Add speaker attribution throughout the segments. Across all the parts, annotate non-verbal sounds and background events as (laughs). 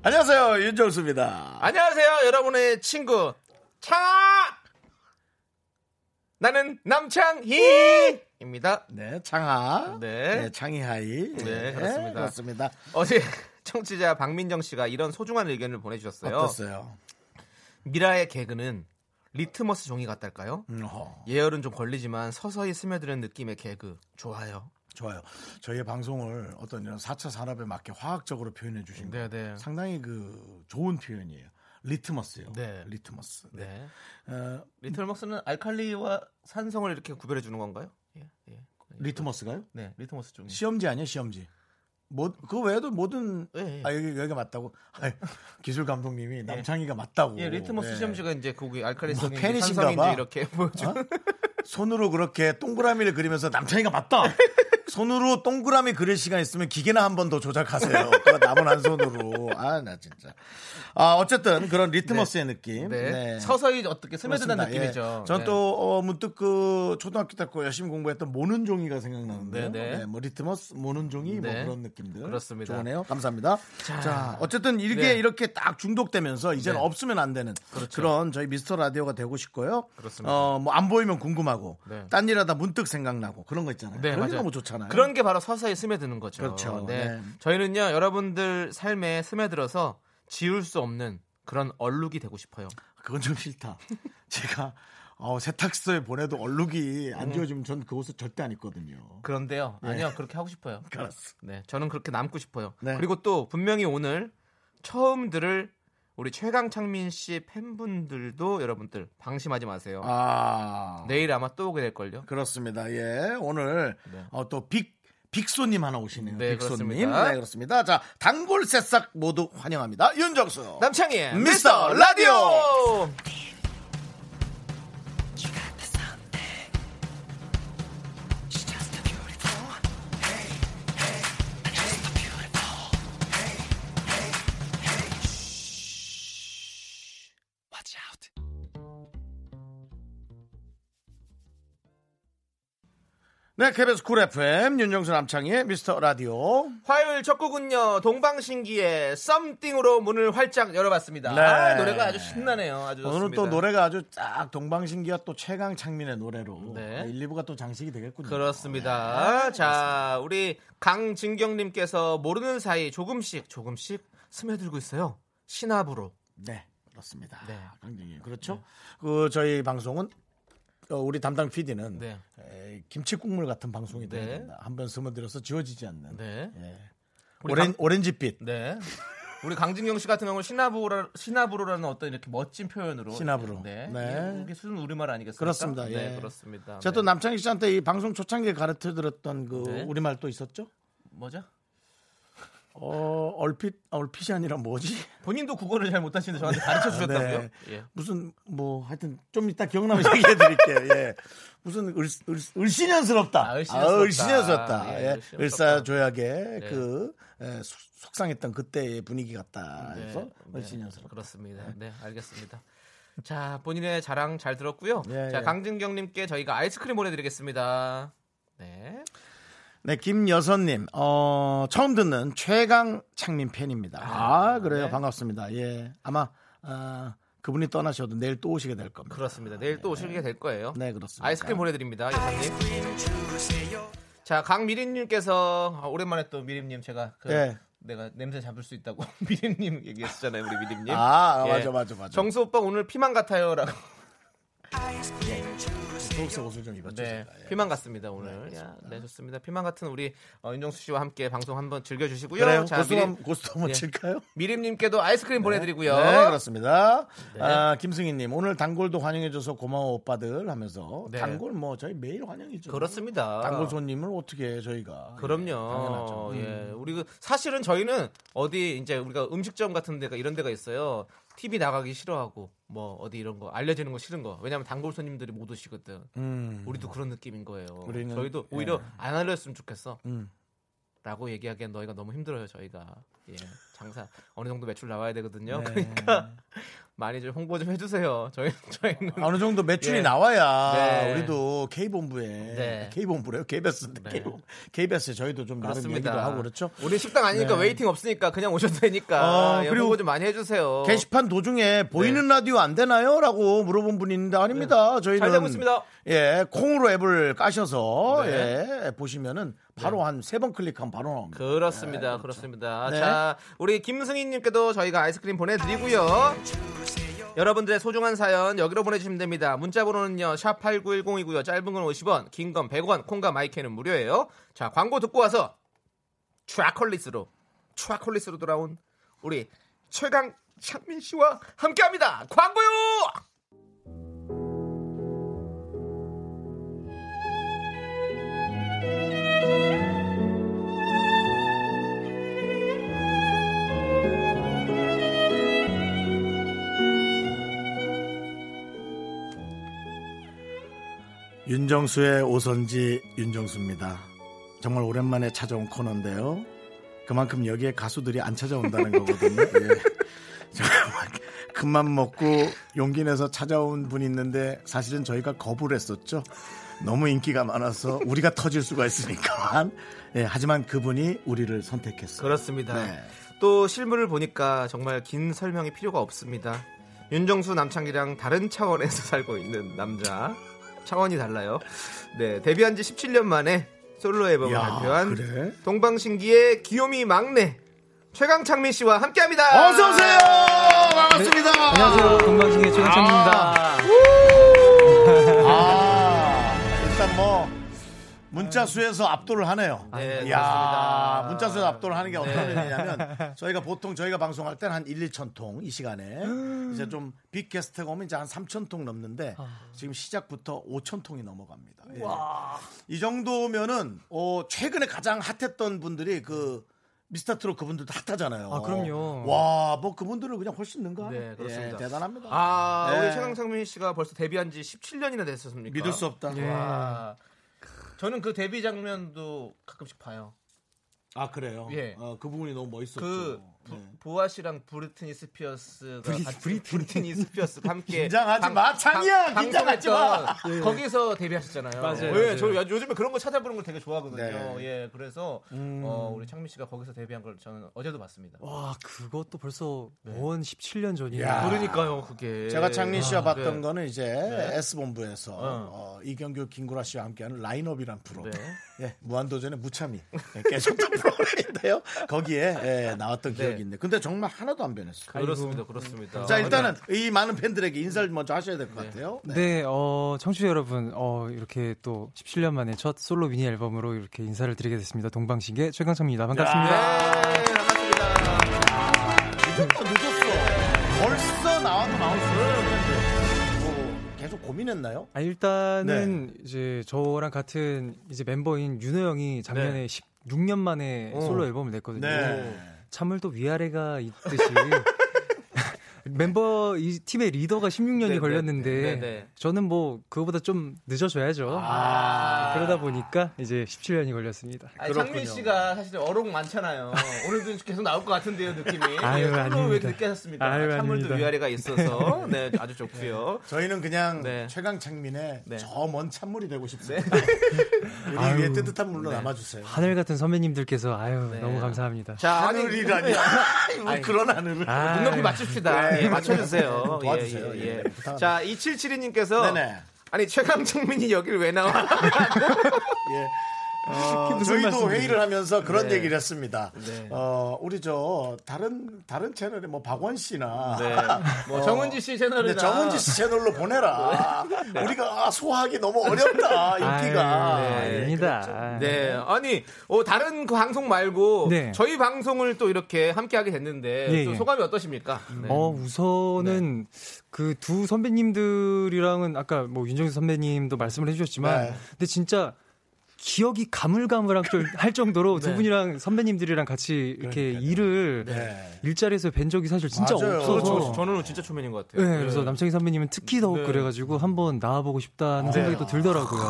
Speaker 1: 안녕하세요 윤정수입니다.
Speaker 2: 안녕하세요, 여러분의 친구 창아. 나는 남창희입니다.
Speaker 1: 네 창하,
Speaker 2: 네.
Speaker 1: 창희하이,
Speaker 2: 네, 그렇습니다.
Speaker 1: 그렇습니다.
Speaker 2: 어제 (laughs) 청취자 박민정 씨가 이런 소중한 의견을 보내주셨어요.
Speaker 1: 어땠어요?
Speaker 2: 미라의 개그는 리트머스 종이 같달까요?
Speaker 1: 음, 허,
Speaker 2: 예열은 좀 걸리지만 서서히 스며드는 느낌의 개그 좋아요.
Speaker 1: 좋아요. 저희의 방송을 어떤 이런 4차 산업에 맞게 화학적으로 표현해 주신 거
Speaker 2: 네, 네.
Speaker 1: 상당히 그 좋은 표현이에요. 리트머스요.
Speaker 2: 네.
Speaker 1: 리트머스. 네.
Speaker 2: 네.
Speaker 1: 어,
Speaker 2: 리트머스는 알칼리와 산성을 이렇게 구별해 주는 건가요? 예, 예.
Speaker 1: 리트머스가요?
Speaker 2: 네, 리트머스 종이.
Speaker 1: 시험지 아니에요, 시험지. 뭐, 그 외에도 모든
Speaker 2: 예, 예.
Speaker 1: 아 여기 여기가 맞다고 아, 기술 감독님이 남창희가 맞다고
Speaker 2: 네. 예, 리트머스
Speaker 1: 예.
Speaker 2: 시험지가 이제 거기
Speaker 1: 뭐
Speaker 2: 알칼리성인지
Speaker 1: 팬이신가
Speaker 2: 산성인지
Speaker 1: 봐.
Speaker 2: 이렇게 (laughs) 보여주는.
Speaker 1: 그렇죠. (laughs) 손으로 그렇게 동그라미를 그리면서 남창희가 맞다 손으로 동그라미 그릴 시간 있으면 기계나 한 번 더 조작하세요 그 남은 한 손으로 아 나 진짜 아 어쨌든 그런 리트머스의 느낌
Speaker 2: 네.
Speaker 1: 네.
Speaker 2: 서서히 어떻게 스며드는
Speaker 1: 그렇습니다.
Speaker 2: 느낌이죠.
Speaker 1: 예. 전또
Speaker 2: 네.
Speaker 1: 어, 문득 그 초등학교 때 그 열심히 공부했던 모는 종이가 생각나는데요.
Speaker 2: 네, 네.
Speaker 1: 네, 뭐 리트머스 모는 종이
Speaker 2: 네.
Speaker 1: 뭐 그런 느낌들.
Speaker 2: 그렇습니다.
Speaker 1: 좋네요. 감사합니다. 자, 어쨌든 이렇게
Speaker 2: 네.
Speaker 1: 이렇게 딱 중독되면서 이제는
Speaker 2: 네.
Speaker 1: 없으면 안 되는
Speaker 2: 그렇죠.
Speaker 1: 그런 저희 미스터 라디오가 되고 싶고요.
Speaker 2: 그렇습니다.
Speaker 1: 어, 뭐 안 보이면 궁금하고
Speaker 2: 네.
Speaker 1: 딴 일하다 문득 생각나고 그런 거 있잖아요.
Speaker 2: 네,
Speaker 1: 그런 게
Speaker 2: 맞아요.
Speaker 1: 너무 좋잖아요.
Speaker 2: 그런 게 바로 서서히 스며드는 거죠.
Speaker 1: 그렇죠.
Speaker 2: 네.
Speaker 1: 네.
Speaker 2: 저희는요, 여러분들 삶에 스며들어서 지울 수 없는 그런 얼룩이 되고 싶어요.
Speaker 1: 그건 좀 싫다. (laughs) 제가 어, 세탁소에 보내도 얼룩이 안 지워지면 전 그 옷을 절대 안 입거든요.
Speaker 2: 그런데요. 아니요, 그렇게 하고 싶어요.
Speaker 1: 알았어.
Speaker 2: 네. 저는 그렇게 남고 싶어요.
Speaker 1: 예. 네.
Speaker 2: 그리고 또 분명히 오늘 처음 들을 우리 최강창민 씨 팬분들도 여러분들 방심하지 마세요.
Speaker 1: 아.
Speaker 2: 내일 아마 또 오게 될걸요.
Speaker 1: 그렇습니다. 예. 오늘
Speaker 2: 네.
Speaker 1: 어, 또 빅, 빅소님 하나 오시네요.
Speaker 2: 네,
Speaker 1: 빅소님.
Speaker 2: 그렇습니다.
Speaker 1: 네, 그렇습니다. 자, 단골 새싹 모두 환영합니다. 윤정수.
Speaker 2: 남창희의
Speaker 1: 미스터 라디오! 네, KBS 쿨 FM 윤정수 남창희의 미스터 라디오.
Speaker 2: 화요일 첫 곡은요 동방신기의 썸띵으로 문을 활짝 열어봤습니다.
Speaker 1: 네.
Speaker 2: 아, 노래가 아주 신나네요. 아주
Speaker 1: 오늘은
Speaker 2: 좋습니다.
Speaker 1: 또 노래가 아주 쫙 동방신기와 또 최강 창민의 노래로
Speaker 2: 네.
Speaker 1: 1, 2부가 또 장식이 되겠군요. 아,
Speaker 2: 그렇습니다.
Speaker 1: 네,
Speaker 2: 자 우리 강진경님께서 모르는 사이 조금씩 조금씩 스며들고 있어요. 신압으로.
Speaker 1: 네, 그렇습니다.
Speaker 2: 네.
Speaker 1: 강정희 그렇죠. 그 저희 방송은 어, 우리 담당 PD는
Speaker 2: 네.
Speaker 1: 김치 국물 같은 방송이 돼야
Speaker 2: 네.
Speaker 1: 된다. 한번 스며들어서 지워지지 않는
Speaker 2: 네.
Speaker 1: 예.
Speaker 2: 우리
Speaker 1: 오렌
Speaker 2: 강-
Speaker 1: 오렌지빛
Speaker 2: 네. 우리 강진경 씨 같은 경우는 신압으로 신압으로라는 어떤 이렇게 멋진 표현으로
Speaker 1: 신압으로.
Speaker 2: 네.
Speaker 1: 네.
Speaker 2: 이게 순 우리말 아니겠습니까?
Speaker 1: 그렇습니다.
Speaker 2: 네,
Speaker 1: 예.
Speaker 2: 그렇습니다.
Speaker 1: 제가 또
Speaker 2: 네.
Speaker 1: 남창희 씨한테 이 방송 초창기에 가르쳐 드렸던 그
Speaker 2: 네.
Speaker 1: 우리말 또 있었죠?
Speaker 2: 뭐죠?
Speaker 1: 어, 얼핏 아, 얼핏이 아니라
Speaker 2: (laughs)
Speaker 1: 뭐지?
Speaker 2: 본인도 국어를 잘 못하시는데 저한테 가르쳐 주셨다고요?
Speaker 1: 네.
Speaker 2: 예.
Speaker 1: 무슨 뭐 하여튼 좀 이따 기억나면 얘기해 드릴게요. 예. 무슨 을, 을, 을신연스럽다.
Speaker 2: 아,
Speaker 1: 아,
Speaker 2: 을신연스럽다.
Speaker 1: 을신연스럽다.
Speaker 2: 예,
Speaker 1: 예.
Speaker 2: 을신연스럽다. 네.
Speaker 1: 을사조약의 그 예, 속- 속상했던 그때의 분위기 같다
Speaker 2: 네.
Speaker 1: 해서 을신연스럽다.
Speaker 2: 그렇습니다. 네, 알겠습니다. 자, 본인의 자랑 잘 들었고요.
Speaker 1: 예,
Speaker 2: 자,
Speaker 1: 예.
Speaker 2: 강진경님께 저희가 아이스크림 보내드리겠습니다. 네,
Speaker 1: 네, 김여선님, 어, 처음 듣는 최강 창민 팬입니다. 아, 그래요.
Speaker 2: 네.
Speaker 1: 반갑습니다. 예. 아마, 아, 그분이 떠나셔도 내일 또 오시게 될 겁니다.
Speaker 2: 그렇습니다. 내일 또 오시게 될 거예요.
Speaker 1: 아, 네, 그렇습니다.
Speaker 2: 아이스크림 보내드립니다, 여사님. 자, 강미림님께서 아, 오랜만에 또 미림님 제가 그
Speaker 1: 예.
Speaker 2: 내가 냄새 잡을 수 있다고 (laughs) 미림님 얘기했었잖아요, 우리 미림님.
Speaker 1: 아,
Speaker 2: 예.
Speaker 1: 맞아, 맞아, 맞아.
Speaker 2: 정수 오빠 오늘 피만 같아요라고.
Speaker 1: 초록색 옷을 좀 입었죠.
Speaker 2: 네,
Speaker 1: 제가. 예.
Speaker 2: 피망 같습니다 오늘. 야, 네, 좋습니다. 피망 같은 우리 어, 윤정수 씨와 함께 방송 한번 즐겨주시고요.
Speaker 1: 그래요?
Speaker 2: 자,
Speaker 1: 고스톱
Speaker 2: 미림,
Speaker 1: 한번, 고스톱 한번
Speaker 2: 예.
Speaker 1: 칠까요?
Speaker 2: 미림님께도 아이스크림 보내드리고요. 네.
Speaker 1: 네, 그렇습니다. 아, 김승희님 오늘 단골도 환영해줘서 고마워 오빠들 하면서
Speaker 2: 네.
Speaker 1: 단골 뭐 저희 매일 환영이죠.
Speaker 2: 습니다
Speaker 1: 단골 손님을 어떻게 저희가
Speaker 2: 그럼요.
Speaker 1: 당연하죠. 음.
Speaker 2: 예, 우리 그 사실은 저희는 어디 이제 우리가 음식점 같은 데가 이런 데가 있어요. TV 나가기 싫어하고 뭐 어디 이런 거 알려지는 거 싫은 거. 왜냐면 단골 손님들이 못 오시거든.
Speaker 1: 음,
Speaker 2: 우리도 그런 느낌인 거예요.
Speaker 1: 우리는,
Speaker 2: 저희도
Speaker 1: 예.
Speaker 2: 오히려 안 알렸으면 좋겠어.
Speaker 1: 음.
Speaker 2: 라고 얘기하기엔 너희가 너무 힘들어요. 저희가 예, 장사 어느 정도 매출 나와야 되거든요.
Speaker 1: 네.
Speaker 2: 그러니까 (laughs) 많이 좀 홍보 좀 해주세요. 저희 저희는
Speaker 1: 어느 정도 매출이
Speaker 2: 예.
Speaker 1: 나와야
Speaker 2: 네.
Speaker 1: 우리도 K 본부에
Speaker 2: 네.
Speaker 1: K 본부래요. KBS인데
Speaker 2: 네.
Speaker 1: K 본부. KBS에 저희도 좀 나름 얘기도 하고 그렇죠.
Speaker 2: 우리 식당 아니니까
Speaker 1: 네.
Speaker 2: 웨이팅 없으니까 그냥 오셔도 되니까
Speaker 1: 어,
Speaker 2: 예,
Speaker 1: 그리고
Speaker 2: 홍보 좀 많이 해주세요.
Speaker 1: 게시판 도중에 보이는 라디오 안 되나요? 라고 물어본 분이 있는데 아닙니다. 저희는
Speaker 2: 네. 잘 되고 있습니다.
Speaker 1: 예, 콩으로 앱을 까셔서
Speaker 2: 네.
Speaker 1: 예, 보시면은 바로 한 세 번 클릭하면 바로 나옵니다.
Speaker 2: 그렇습니다. 음. 아, 그렇습니다
Speaker 1: 네.
Speaker 2: 자, 우리 김승희님께도 저희가 아이스크림 보내드리고요. 여러분들의 소중한 사연 여기로 보내주시면 됩니다. 문자번호는요, 샵 8910이고요. 짧은 건 50원, 긴 건 100원, 콩과 마이크는 무료예요. 자, 광고 듣고 와서 트라콜리스로, 트라콜리스로 돌아온 우리 최강 창민 씨와 함께합니다. 광고요!
Speaker 1: 윤정수의 오선지 윤정수입니다. 정말 오랜만에 찾아온 코너인데요. 그만큼 여기에 가수들이 안 (laughs) 찾아온다는 거거든요. 예. 정말 큰맘 먹고 용기 내서 찾아온 분이 있는데 사실은 저희가 거부를 했었죠. 너무 인기가 많아서 우리가 터질 수가 있으니까. 예, 하지만 그분이 우리를 선택했어요.
Speaker 2: 그렇습니다.
Speaker 1: 네.
Speaker 2: 또 실물을 보니까 정말 긴 설명이 필요가 없습니다. 윤정수 남창기랑 다른 차원에서 (laughs) 살고 있는 남자. 차원이 달라요. 네, 데뷔한 지 17년 만에 솔로 앨범을
Speaker 1: 야,
Speaker 2: 발표한
Speaker 1: 그래?
Speaker 2: 동방신기의 귀요미 막내 최강창민 씨와 함께합니다.
Speaker 1: 어서 오세요. 반갑습니다.
Speaker 3: 네, 안녕하세요. 건방신의 최강창입니다.
Speaker 1: 아, 일단 뭐 문자 수에서 압도를 하네요.
Speaker 2: 네,
Speaker 1: 야,
Speaker 2: 그렇습니다. 네.
Speaker 1: 문자 수에서 압도를 하는 게 어떤
Speaker 2: (laughs)
Speaker 1: 의미냐면 저희가 보통 저희가 방송할 때는 한 1, 2천 통 이 시간에
Speaker 2: 음.
Speaker 1: 이제 좀 빅 게스트가 오면 이제 한 3천 통 넘는데
Speaker 2: 아.
Speaker 1: 지금 시작부터 5천 통이 넘어갑니다. 예. 이 정도면은 어, 최근에 가장 핫했던 분들이 그 미스터 트롯 그분들도 핫하잖아요.
Speaker 3: 아, 그럼요.
Speaker 1: 와, 뭐 그분들은 그냥 훨씬 능가.
Speaker 2: 네, 그렇습니다.
Speaker 1: 대단합니다.
Speaker 2: 아,
Speaker 1: 네.
Speaker 2: 우리 최강창민 씨가 벌써 데뷔한 지 17년이나 됐었습니까?
Speaker 1: 믿을 수 없다.
Speaker 2: 예. 와. 저는 그 데뷔 장면도 가끔씩 봐요.
Speaker 1: 아 그래요.
Speaker 2: 예.
Speaker 1: 어, 그 부분이 너무 멋있었죠. 네.
Speaker 2: 그 부- 보아 씨랑 브리트니 스피어스가
Speaker 3: 브리-
Speaker 2: 같이
Speaker 3: 브리트니-
Speaker 2: 브리트니 스피어스가 함께
Speaker 1: 긴장하지 마, 창이야! 긴장하지 마!
Speaker 2: 방송했던 거기서 데뷔하셨잖아요.
Speaker 3: 예, 맞아요,
Speaker 2: 예,
Speaker 3: 맞아요.
Speaker 2: 저 요- 요즘에 그런 거 찾아보는 걸 되게 좋아하거든요.
Speaker 1: 네.
Speaker 2: 예, 그래서 어, 우리 창민 씨가 거기서 데뷔한 걸 저는 어제도 봤습니다.
Speaker 3: 음. 와, 그것도 벌써 원 17년 전이에요.
Speaker 1: 야.
Speaker 2: 그러니까요, 그게
Speaker 1: 제가 창민 씨와
Speaker 2: 아,
Speaker 1: 봤던
Speaker 2: 네. 어.
Speaker 1: 거는 이제 S 본부에서 어, 이경규 김구라 씨와 함께하는 라인업이란 프로.
Speaker 2: 네.
Speaker 1: (laughs) 예, 무한도전의 무참히 예, 깨졌던 프로그램인데요. 거기에 예, 나왔던 기억이 있네. 근데 정말 하나도 안 변했어요.
Speaker 2: 그렇습니다, 그렇습니다.
Speaker 1: 자 일단은
Speaker 2: 네.
Speaker 1: 이 많은 팬들에게 인사를 먼저 하셔야 될 것 같아요.
Speaker 3: 네.
Speaker 1: 네.
Speaker 3: 어, 청취자 여러분, 어, 이렇게 또 17년 만에 첫 솔로 미니 앨범으로 이렇게 인사를 드리게 됐습니다. 동방신기의 최강창입니다. 반갑습니다.
Speaker 2: 네, 반갑습니다.
Speaker 1: 늦었어, 늦었어. 벌써 나와도 나올 수는 없는데. 뭐 계속 고민했나요?
Speaker 3: 아,
Speaker 2: 네.
Speaker 3: 일단은 이제 저랑 같은 이제 멤버인 윤호 형이 작년에
Speaker 2: 네.
Speaker 3: 16년 만에
Speaker 2: 어.
Speaker 3: 솔로 앨범을 냈거든요. 참을 또 위아래가 있듯이
Speaker 2: (laughs)
Speaker 3: (laughs) 멤버 이 팀의 리더가 16년이
Speaker 2: 네, 네,
Speaker 3: 걸렸는데
Speaker 2: 네, 네.
Speaker 3: 저는 뭐 그거보다 좀 늦어줘야죠. 그러다 보니까 이제 17년이 걸렸습니다.
Speaker 2: 아. 아니, 창민 씨가 사실 어록 많잖아요. 오늘도 계속 나올 것 같은데요, 느낌이.
Speaker 3: (laughs) 아유,
Speaker 2: 예, 솔로 왜
Speaker 3: 아닙니다.
Speaker 2: 늦게 하셨습니까?
Speaker 3: 아유,
Speaker 2: 찬물도
Speaker 3: 아닙니다.
Speaker 2: 위아래가 있어서 네, 아주 좋고요.
Speaker 1: 저희는 그냥
Speaker 2: 네.
Speaker 1: 최강창민의
Speaker 2: 네.
Speaker 1: 저 먼 찬물이 되고 싶습니다. (laughs) 우리 위에 뜨뜻한 물로
Speaker 2: 네.
Speaker 1: 남아주세요.
Speaker 3: 하늘 같은 선배님들께서 아유 너무 감사합니다.
Speaker 2: 자, 아니, 네.
Speaker 1: 하늘이라니.
Speaker 2: (laughs)
Speaker 1: 뭐 그런 하늘을.
Speaker 3: 아,
Speaker 2: 눈높이 맞춥시다.
Speaker 1: 네.
Speaker 2: 예, 맞춰주세요.
Speaker 1: 도와주세요.
Speaker 2: 예,
Speaker 1: 예,
Speaker 2: 예, 예.
Speaker 1: 부탁합니다.
Speaker 2: 자, 2772님께서
Speaker 1: 네, 네네. (laughs)
Speaker 2: 아니 최강창민이 여길 왜 나와?
Speaker 1: 예. 어,
Speaker 3: 무슨
Speaker 1: 저희도
Speaker 3: 말씀이세요?
Speaker 1: 회의를 하면서 그런
Speaker 2: 네.
Speaker 1: 얘기를 했습니다.
Speaker 2: 네.
Speaker 1: 어, 우리 저 다른 다른 채널에 뭐 박원 씨나
Speaker 2: 네. 뭐
Speaker 1: 어,
Speaker 2: 정은지 씨 채널이나
Speaker 1: 네, 정은지 씨 채널로 보내라.
Speaker 2: 네.
Speaker 1: 우리가 아, 소화하기 너무 어렵다 인기가.
Speaker 3: 아유, 네,
Speaker 1: 예,
Speaker 3: 아닙니다.
Speaker 2: 네. 아니, 어, 다른 그 방송 말고
Speaker 3: 네.
Speaker 2: 저희 방송을 또 이렇게 함께 하게 됐는데
Speaker 3: 예,
Speaker 2: 좀
Speaker 3: 예.
Speaker 2: 소감이 어떠십니까? 네.
Speaker 3: 어 우선은
Speaker 1: 네.
Speaker 3: 그 두 선배님들이랑은 아까 뭐 윤정수 선배님도 말씀을 해주셨지만
Speaker 1: 네.
Speaker 3: 근데 진짜 기억이 가물가물한 좀 할
Speaker 1: (laughs)
Speaker 3: 정도로 두 분이랑 선배님들이랑 같이 이렇게 일을
Speaker 1: 네.
Speaker 3: 일자리에서 뵌 적이 사실 진짜
Speaker 1: 맞아요.
Speaker 3: 없어서
Speaker 1: 그렇죠. 네.
Speaker 2: 저는 진짜 초면인 것
Speaker 3: 네,
Speaker 2: 같아요.
Speaker 3: 그래서 남창희 선배님은 특히 더욱 그래가지고 한번 나와보고 싶다는 생각이 또 들더라고요.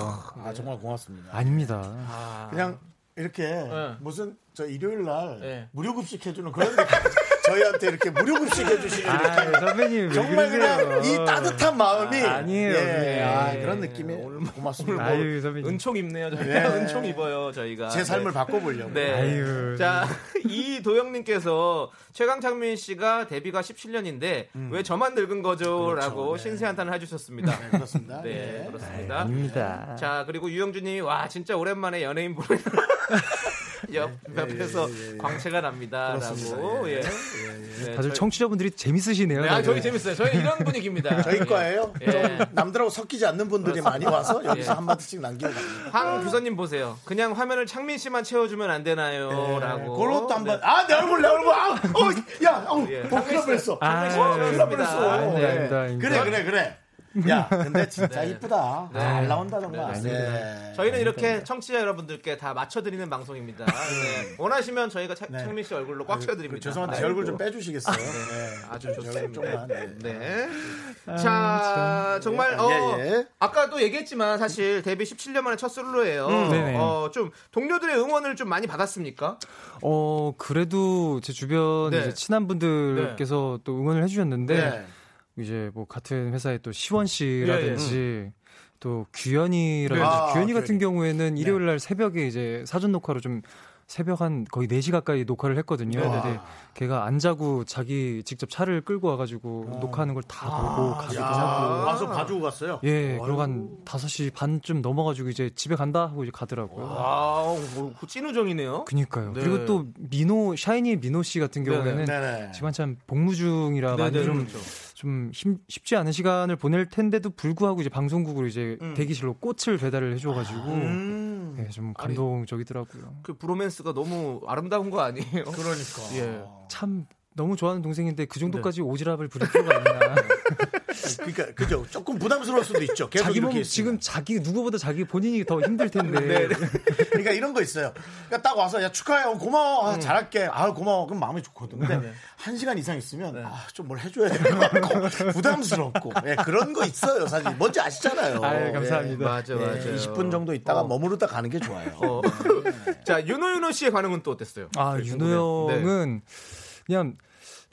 Speaker 1: 아 정말 고맙습니다.
Speaker 3: 아닙니다.
Speaker 2: 아,
Speaker 1: 그냥 이렇게 무슨 저 일요일 날
Speaker 2: 네.
Speaker 1: 무료 급식 해주는 그런 (laughs) 느낌. 저희한테 이렇게 무료 급식 해주시는
Speaker 3: 아,
Speaker 1: 느낌.
Speaker 3: 선배님 왜
Speaker 1: 정말
Speaker 3: 그러세요?
Speaker 1: 그냥 이 따뜻한 마음이
Speaker 3: 아, 아니에요.
Speaker 1: 예,
Speaker 3: 네.
Speaker 1: 아, 그런 느낌이 고맙습니다.
Speaker 3: 아유 선배님.
Speaker 2: 은총 입네요. 저희가
Speaker 1: 네.
Speaker 2: 은총 입어요. 저희가
Speaker 1: 제 삶을 바꿔보려고.
Speaker 2: 아, 네.
Speaker 3: 아유.
Speaker 2: 자, (laughs) 이도영님께서 최강창민 씨가 데뷔가 17년인데 왜 저만 늙은 거죠? 라고 신세한탄을 해주셨습니다.
Speaker 1: 네, 그렇습니다.
Speaker 2: (laughs) 네,
Speaker 1: 예.
Speaker 2: 그렇습니다.
Speaker 3: 아닙니다.
Speaker 2: 자, 그리고 유영주님이 와 진짜 오랜만에 연예인 보는 옆 옆에서 광채가 납니다라고. 예. 네,
Speaker 3: 다들
Speaker 2: 저희-
Speaker 3: 청취자분들이 재밌으시네요.
Speaker 2: 네, 아, 저희
Speaker 3: 네.
Speaker 2: 재밌어요. 저희 이런 분위기입니다.
Speaker 1: 저희 과예요.
Speaker 2: 예.
Speaker 1: 좀 남들하고 섞이지 않는 분들이 많이 와서 여기서
Speaker 2: 예.
Speaker 1: 한 마디씩 남기고 갑니다.
Speaker 2: 황규선님 보세요. 그냥 화면을 창민 씨만 채워주면 안 되나요?라고.
Speaker 1: 네,
Speaker 2: 네.
Speaker 1: 그것도 한 번. 아, 내 얼굴, 내 얼굴. 아, 어, 야, 어,
Speaker 2: 예.
Speaker 1: 어, 큰일 뻔했어.
Speaker 3: 아,
Speaker 2: 창민 씨
Speaker 3: 어,
Speaker 1: 큰일
Speaker 2: 채워줍니다.
Speaker 1: 뻔했어.
Speaker 3: 아닙니다,
Speaker 1: 예.
Speaker 3: 아닙니다, 아닙니다.
Speaker 1: 그래, 그래, 그래. 야, 근데 진짜
Speaker 2: 네.
Speaker 1: 이쁘다.
Speaker 2: 네.
Speaker 1: 잘 나온다, 정말.
Speaker 2: 네.
Speaker 1: 네.
Speaker 2: 저희는 이렇게 청취자 여러분들께 다 맞춰드리는 방송입니다.
Speaker 3: 음.
Speaker 2: 네. 원하시면 저희가 차-
Speaker 1: 네.
Speaker 2: 창민 씨 얼굴로
Speaker 3: 그
Speaker 2: 꽉 채워드립니다.
Speaker 1: 죄송한데 제
Speaker 2: 아이고.
Speaker 1: 얼굴 좀 빼주시겠어요? 네.
Speaker 2: 아주
Speaker 1: 제
Speaker 2: 좋습니다.
Speaker 1: 얼굴 좀만. 네.
Speaker 2: 네.
Speaker 3: 아,
Speaker 2: 자, 정말 어,
Speaker 1: 예, 예.
Speaker 2: 아까 또 얘기했지만 사실 데뷔 17년 만에 첫 솔로예요.
Speaker 3: 음, 네네.
Speaker 2: 어, 좀 동료들의 응원을 좀 많이 받았습니까?
Speaker 3: 어 그래도 제 주변
Speaker 2: 네.
Speaker 3: 이제 친한 분들께서 또 응원을 해주셨는데
Speaker 1: 네.
Speaker 3: 이제 뭐 같은 회사에 또 시원 씨라든지 또 규현이라든지
Speaker 1: 예, 아,
Speaker 3: 규현이 같은
Speaker 1: 규현이. 네.
Speaker 3: 경우에는 일요일 날 새벽에 이제 사전 녹화로 좀 새벽 한 거의 4시 가까이 녹화를
Speaker 2: 네,
Speaker 3: 했거든요.
Speaker 1: 네.
Speaker 3: 근데
Speaker 1: 아,
Speaker 3: 걔가 안 자고 자기 직접 차를 끌고 와가지고
Speaker 1: 어.
Speaker 3: 녹화하는 걸 다 보고 가기도 하고.
Speaker 1: 와서 봐주고 아, 갔어요.
Speaker 3: 예, 그러고 한 5시 반쯤 넘어가지고 이제 집에 간다 하고 이제 가더라고요.
Speaker 2: 아, 뭐, 그 찐우정이네요.
Speaker 3: 그니까요.
Speaker 2: 네.
Speaker 3: 그리고 또 민호 샤이니의 민호 씨 같은
Speaker 2: 예.
Speaker 3: 경우에는
Speaker 1: 네네.
Speaker 3: 지금 한참 복무 중이라
Speaker 2: 네,
Speaker 3: 많이
Speaker 2: 네,
Speaker 3: 좀,
Speaker 2: 그렇죠.
Speaker 3: 좀 힘- 쉽지 않은 시간을 보낼 텐데도 불구하고 이제 방송국으로 이제 대기실로 꽃을 배달을 해줘가지고
Speaker 1: 음,
Speaker 3: 예, 좀 감동적이더라고요.
Speaker 2: 그 브로맨스가 너무 아름다운 거 아니에요?
Speaker 1: 그러니까.
Speaker 2: 예.
Speaker 3: 참 너무 좋아하는 동생인데 그 정도까지
Speaker 1: 네.
Speaker 3: 오지랖을 부릴 필요가 있나.
Speaker 1: 그러니까 그죠. 조금 부담스러울 수도 있죠. (laughs) 계속
Speaker 3: 자기
Speaker 1: 이렇게
Speaker 3: 몸
Speaker 1: 있으면.
Speaker 3: 지금 자기 누구보다 자기 본인이 더
Speaker 1: (laughs)
Speaker 3: 힘들 텐데.
Speaker 1: 그러니까 이런 거 있어요. 그러니까 딱 와서 야 축하해, 어, 고마워, 아,
Speaker 3: 음.
Speaker 1: 잘할게, 아 고마워, 그럼 마음이 좋거든. 근데
Speaker 3: 네.
Speaker 1: 한 시간 이상 있으면 아, 좀 뭘 해줘야 될것 같고 (laughs) 부담스럽고 예, 그런 거 있어요. 사실 뭔지 아시잖아요.
Speaker 3: 아유, 감사합니다.
Speaker 2: 네,
Speaker 3: 네, 어.
Speaker 2: 맞아,
Speaker 1: 예,
Speaker 2: 맞아.
Speaker 1: 예, 20분 정도 있다가 머무르다 가는 게 좋아요.
Speaker 2: 어. (laughs) 자, 윤호윤호 씨의 반응은 또 어땠어요?
Speaker 3: 아, 윤호
Speaker 2: 네.
Speaker 3: 형은 그냥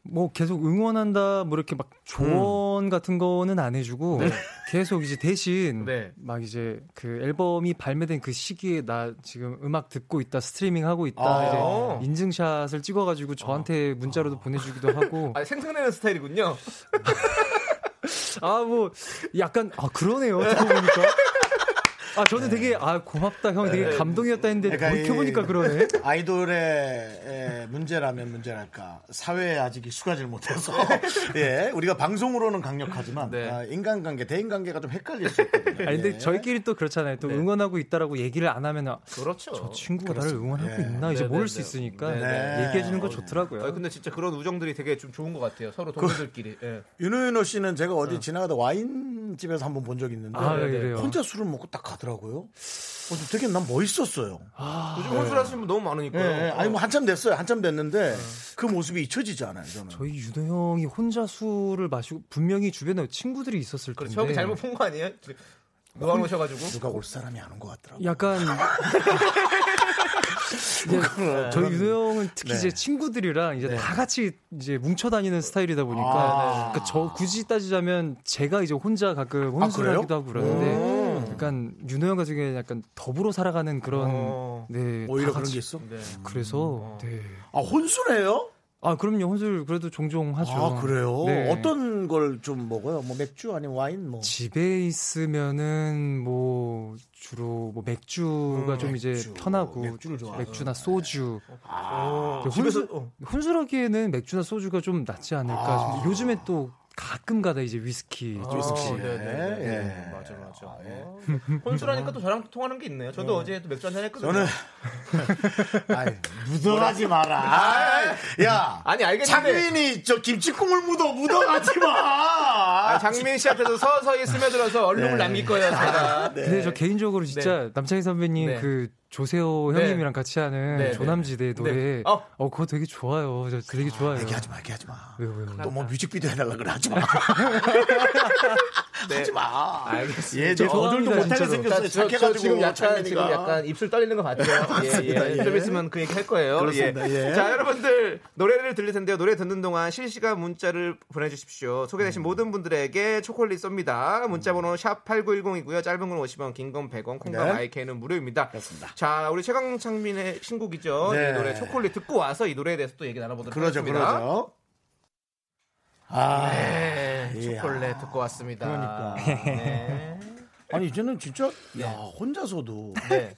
Speaker 3: 뭐 계속 응원한다 뭐 이렇게 막
Speaker 2: 음.
Speaker 3: 조언 같은 거는 안 해주고 계속 이제 대신
Speaker 2: 네.
Speaker 3: 막 이제 그 앨범이 발매된 그 시기에 나 지금 음악 듣고 있다 스트리밍 하고 있다
Speaker 2: 아.
Speaker 3: 이제 인증샷을 찍어가지고 저한테 문자로도 보내주기도 하고
Speaker 2: 아, 생생내는 스타일이군요.
Speaker 3: 아 뭐 약간 아 그러네요 듣고 보니까 아 저는
Speaker 2: 네.
Speaker 3: 되게 아 고맙다 형 되게 감동이었다 했는데
Speaker 1: 약간
Speaker 3: 이렇게 보니까
Speaker 1: 이-
Speaker 2: (laughs)
Speaker 3: 그러네
Speaker 1: 아이돌의 예, 문제라면 문제랄까 사회에 아직 익숙하지를 못해서 (laughs) 예 우리가 방송으로는 강력하지만
Speaker 2: 네.
Speaker 1: 아, 인간관계 대인관계가 좀 헷갈릴 수 있거든요.
Speaker 3: 아니 근데
Speaker 1: 예.
Speaker 3: 저희끼리 또 그렇잖아요
Speaker 2: 네.
Speaker 3: 또 응원하고 있다라고 얘기를 안 하면
Speaker 2: 그렇죠.
Speaker 3: 저 친구가 나를 응원하고 있나 이제
Speaker 2: 네,
Speaker 3: 모를
Speaker 2: 네,
Speaker 3: 수
Speaker 2: 네.
Speaker 3: 있으니까
Speaker 2: 네,
Speaker 1: 네.
Speaker 3: 얘기해 주는 거
Speaker 1: 어,
Speaker 3: 좋더라고요.
Speaker 2: 아, 근데 진짜 그런 우정들이 되게 좀 좋은 것 같아요. 서로
Speaker 1: 그
Speaker 2: 동료들끼리. 예.
Speaker 1: 윤호윤호 씨는 제가 어디 지나가다 와인 집에서 한번 본 적 있는데
Speaker 3: 아, 그래요?
Speaker 1: 혼자 술을 먹고 딱 가더라고요. 어, 근데 되게 난 멋있었어요.
Speaker 2: 요즘 혼술하시는 분 너무 많으니까요.
Speaker 1: 아, 예, 아니 뭐 한참 됐어요. 한참 됐는데 그 모습이 잊혀지지 않아요. 저는.
Speaker 3: 저희 유도 형이 혼자 술을 마시고 분명히 주변에 친구들이 있었을
Speaker 2: 그렇죠.
Speaker 3: 텐데
Speaker 2: 형이 잘못 본 거 아니에요?
Speaker 1: 뭐
Speaker 2: 노안 오셔가지고.
Speaker 1: 누가 올 사람이 아닌 것 같더라고요.
Speaker 2: (laughs)
Speaker 3: 약간
Speaker 2: 뭐
Speaker 3: 이제 저희 유도 형은 특히
Speaker 1: 네.
Speaker 3: 이제 친구들이랑
Speaker 2: 네.
Speaker 3: 이제 다 같이 이제 뭉쳐 다니는 스타일이다 보니까
Speaker 1: 아.
Speaker 3: 그러니까 저 굳이 따지자면 제가 이제 혼자 가끔
Speaker 2: 아,
Speaker 1: 그래요?
Speaker 3: 혼술하기도 하고 그러는데 약간 유도 형 같은 경우에 약간 더불어 살아가는 그런
Speaker 2: 어.
Speaker 3: 네, 다
Speaker 1: 오히려 뭐 그런
Speaker 3: 같이
Speaker 1: 게 있어?
Speaker 2: 네.
Speaker 3: 그래서 네.
Speaker 1: 아 혼술해요?
Speaker 3: 아 그럼요 혼술 그래도 종종 하죠.
Speaker 1: 아 그래요?
Speaker 3: 네.
Speaker 1: 어떤 걸 좀 먹어요? 뭐 맥주 아니면 와인 뭐.
Speaker 3: 집에 있으면은 뭐 주로 뭐 맥주가
Speaker 2: 음,
Speaker 3: 좀 이제
Speaker 1: 맥주.
Speaker 3: 편하고
Speaker 1: 맥주를 좋아하구나.
Speaker 3: 나 소주
Speaker 2: 어,
Speaker 3: 그
Speaker 2: 집에서
Speaker 3: 혼술-
Speaker 2: 어.
Speaker 3: 혼술하기에는 맥주나 소주가 좀 낫지 않을까. 싶 요즘에 또 가끔가다 이제 위스키 좀
Speaker 1: 조스키.
Speaker 2: 아, 네, 네, 네.
Speaker 1: 예.
Speaker 2: 맞아, 맞아.
Speaker 1: 아, 예.
Speaker 2: 어, 혼술하니까 또 저랑 통하는 게 있네요. 저도 어제 또 맥주 한잔 했거든요.
Speaker 1: 저는 아이, 묻어가지 마라. 아이, 야,
Speaker 2: 아니, 알겠는데.
Speaker 1: 장민이 저 김치국물 묻어 묻어가지 마.
Speaker 2: 아, 장민 씨 앞에서 서서히 스며들어서 얼룩을
Speaker 1: 네.
Speaker 2: 남길 거예요, 제가.
Speaker 3: 근데 저 개인적으로 진짜 남창희 선배님
Speaker 2: 네.
Speaker 3: 그 조세호
Speaker 2: 네.
Speaker 3: 형님이랑 같이 하는
Speaker 2: 네, 네.
Speaker 3: 조남지대 노래
Speaker 2: 네. 어.
Speaker 3: 어. 그거 되게 좋아요. 저 되게 좋아요.
Speaker 1: 얘기하지 마, 얘기하지 마.
Speaker 3: 왜요 왜요?
Speaker 1: 또 뭐 뮤직비디오 해달라 그래 하지 마. 하지 마.
Speaker 2: 네. 알겠습니다.
Speaker 1: 예, 저
Speaker 3: 죄송합니다,
Speaker 1: 어절도 못하게
Speaker 3: 진짜로.
Speaker 1: 생겼어요.
Speaker 2: 저, 저,
Speaker 1: 착해가지고
Speaker 2: 지금 약간
Speaker 1: 장민이가.
Speaker 2: 지금 약간 입술 떨리는 거 봤죠?
Speaker 1: (laughs)
Speaker 2: 예, 예.
Speaker 1: 예.
Speaker 2: 좀 있으면 그 얘기 할 거예요.
Speaker 1: 그렇습니다, 예.
Speaker 2: 자, 여러분들 노래를 들릴 텐데요. 노래 듣는 동안 실시간 문자를 보내주십시오.
Speaker 1: 음.
Speaker 2: 소개되신 모든 분들에게 초콜릿 쏩니다. 문자번호 샵 #8910이고요. 짧은 건 50원, 긴 건 100원, 콩과
Speaker 1: 네.
Speaker 2: 마이크는 무료입니다.
Speaker 1: 그렇습니다.
Speaker 2: 자, 우리 최강창민의 신곡이죠.
Speaker 1: 네.
Speaker 2: 이 노래 초콜릿 듣고 와서 이 노래에 대해서 또 얘기 나눠보도록
Speaker 1: 그러죠,
Speaker 2: 하겠습니다.
Speaker 1: 그러죠. 아,
Speaker 2: 네,
Speaker 1: 이야.
Speaker 2: 초콜릿 듣고 왔습니다.
Speaker 1: 그러니까. (laughs)
Speaker 2: 네.
Speaker 1: 아니 이제는 진짜 야 혼자서도
Speaker 2: 네.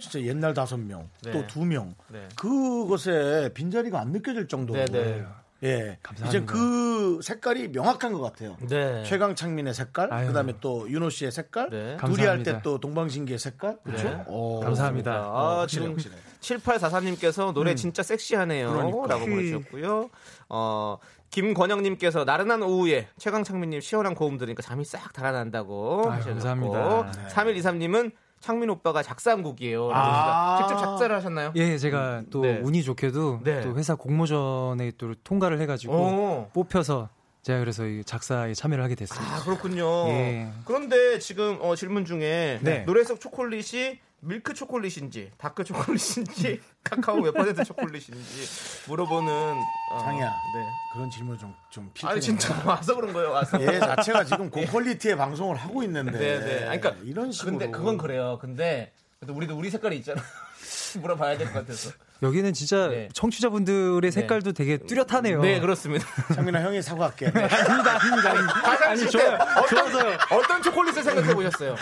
Speaker 1: 진짜 옛날 다섯 명,
Speaker 2: 네.
Speaker 1: 또 두 명,
Speaker 2: 네.
Speaker 1: 그것에 빈자리가 안 느껴질 정도로.
Speaker 2: 네, 네.
Speaker 1: 예,
Speaker 3: 감사합니다.
Speaker 1: 이제 그 색깔이 명확한 것 같아요.
Speaker 2: 네.
Speaker 1: 최강창민의 색깔,
Speaker 3: 아유.
Speaker 1: 그다음에 또 윤호 씨의 색깔, 둘이 할 때
Speaker 2: 네.
Speaker 3: 감사합니다.
Speaker 1: 또 동방신기의 색깔, 그렇죠?
Speaker 2: 네.
Speaker 1: 오.
Speaker 3: 감사합니다.
Speaker 2: 아,
Speaker 1: 어,
Speaker 2: 지금 7843님께서 노래 진짜 섹시하네요.
Speaker 1: 그러니까.
Speaker 2: 라고 보내주셨고요. 어, 김권영님께서 나른한 오후에 최강창민님 시원한 고음 들으니까 잠이 싹 달아난다고.
Speaker 3: 아유,
Speaker 2: 하셨고
Speaker 3: 감사합니다.
Speaker 2: 3123님은 창민 오빠가 작사한곡이에요.
Speaker 1: 아.
Speaker 2: 직접 작사를 하셨나요?
Speaker 3: 예, 제가 또
Speaker 2: 네.
Speaker 3: 운이 좋게도
Speaker 2: 네.
Speaker 3: 또 회사 공모전에 또 통과를 해가지고
Speaker 2: 오.
Speaker 3: 뽑혀서 제가 그래서 이 작사에 참여를 하게 됐습니다.
Speaker 2: 어. 아 그렇군요.
Speaker 3: 예.
Speaker 2: 그런데 지금 어, 질문 중에
Speaker 1: 네.
Speaker 2: 노래 속 초콜릿이 밀크 초콜릿인지 다크 초콜릿인지 (laughs) 카카오 몇 퍼센트 초콜릿인지 물어보는 어,
Speaker 1: 장이야.
Speaker 2: 네.
Speaker 1: 그런 질문 좀좀
Speaker 2: 아니 진짜 (laughs) 와서 그런 거예요. 와서.
Speaker 1: 얘 자체가 지금 고퀄리티의 방송을 하고 있는데.
Speaker 2: 네, 네. 아니, 그러니까
Speaker 1: 이런 식으로.
Speaker 2: 근데 그건 그래요. 근데 그래도 우리도 우리 색깔이 있잖아. (laughs) 물어봐야 될 것 같아서.
Speaker 3: 여기는 진짜
Speaker 2: 네.
Speaker 3: 청취자분들의 색깔도 되게 뚜렷하네요.
Speaker 2: 네, 그렇습니다.
Speaker 1: 창민아 형이 사과할게. 뭐
Speaker 3: 아닙니다, 아닙니다. 아닙니다.
Speaker 2: 가장
Speaker 3: 아니,
Speaker 2: 실
Speaker 3: 좋아요.
Speaker 2: 어떤 어떤 초콜릿을 생각해 보셨어요?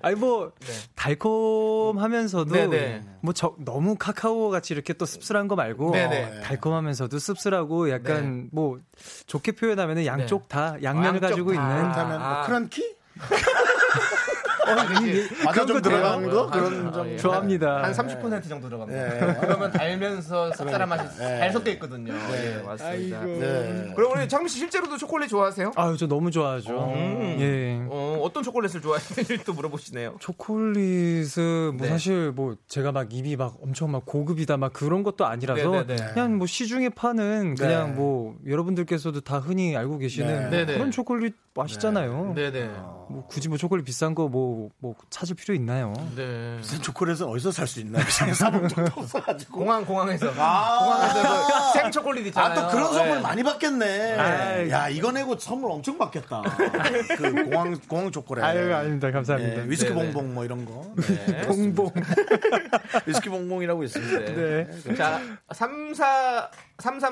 Speaker 3: 아니 뭐 달콤하면서도
Speaker 2: 네, 네.
Speaker 3: 뭐 저- 너무 카카오 같이 이렇게 또 씁쓸한 거 말고
Speaker 2: 네, 네.
Speaker 3: 달콤하면서도 씁쓸하고 약간 뭐 좋게 표현하면은 양쪽 다 양면을
Speaker 2: 네. 양쪽
Speaker 3: 가지고
Speaker 2: 다.
Speaker 3: 있는
Speaker 1: 그렇다면
Speaker 2: 아.
Speaker 1: 뭐 크런키?
Speaker 2: 아니지.
Speaker 1: 과자
Speaker 3: 그런
Speaker 1: 좀
Speaker 3: 거
Speaker 1: 들어간
Speaker 2: 돼요?
Speaker 1: 거?
Speaker 2: 아,
Speaker 1: 그런
Speaker 2: 아,
Speaker 1: 좀.
Speaker 2: 예.
Speaker 3: 좋아합니다.
Speaker 2: 한 30% 정도 들어갑니다.
Speaker 1: 예.
Speaker 2: 그러면 달면서 쌉쌀한 맛이
Speaker 1: 예.
Speaker 2: 잘 섞여 있거든요. 예, 맞습니다.
Speaker 1: 네.
Speaker 2: 그럼 우리 장미 씨 실제로도 초콜릿 좋아하세요?
Speaker 3: 아유 저 너무 좋아하죠. 예.
Speaker 2: 어, 어떤 초콜릿을 좋아하시는지 또 물어보시네요.
Speaker 3: 초콜릿은 뭐
Speaker 2: 네.
Speaker 3: 사실 뭐 제가 막 입이 막 엄청 막 고급이다 막 그런 것도 아니라서
Speaker 2: 네, 네, 네.
Speaker 3: 그냥 뭐 시중에 파는
Speaker 1: 네.
Speaker 3: 그냥 뭐 여러분들께서도 다 흔히 알고 계시는
Speaker 2: 네. 네, 네.
Speaker 3: 그런 초콜릿 맛있잖아요.
Speaker 2: 네네.
Speaker 3: 뭐 굳이 뭐 초콜릿 비싼 거 뭐 뭐 찾을 필요 있나요?
Speaker 2: 네.
Speaker 1: 무슨 초콜릿은 어디서 살 수 있나? 그냥 사본 적도 (laughs) 없어가지고.
Speaker 2: 공항 공항에서
Speaker 1: 아.
Speaker 2: 공항에서 그생 초콜릿
Speaker 1: 아,
Speaker 2: 있잖아요.
Speaker 1: 또 그런 선물
Speaker 2: 네.
Speaker 1: 많이 받겠네.
Speaker 3: 아이.
Speaker 1: 야, 이거 내고 선물 엄청 받겠다. 그 공항, 공항 초콜릿.
Speaker 3: 아닙니다.
Speaker 1: 예, 위스키
Speaker 2: 네네.
Speaker 1: 봉봉 뭐 이런 거. 네.
Speaker 3: 봉봉.
Speaker 1: 위스키 봉봉이라고 있습니다.
Speaker 2: (laughs) 네. 자, 34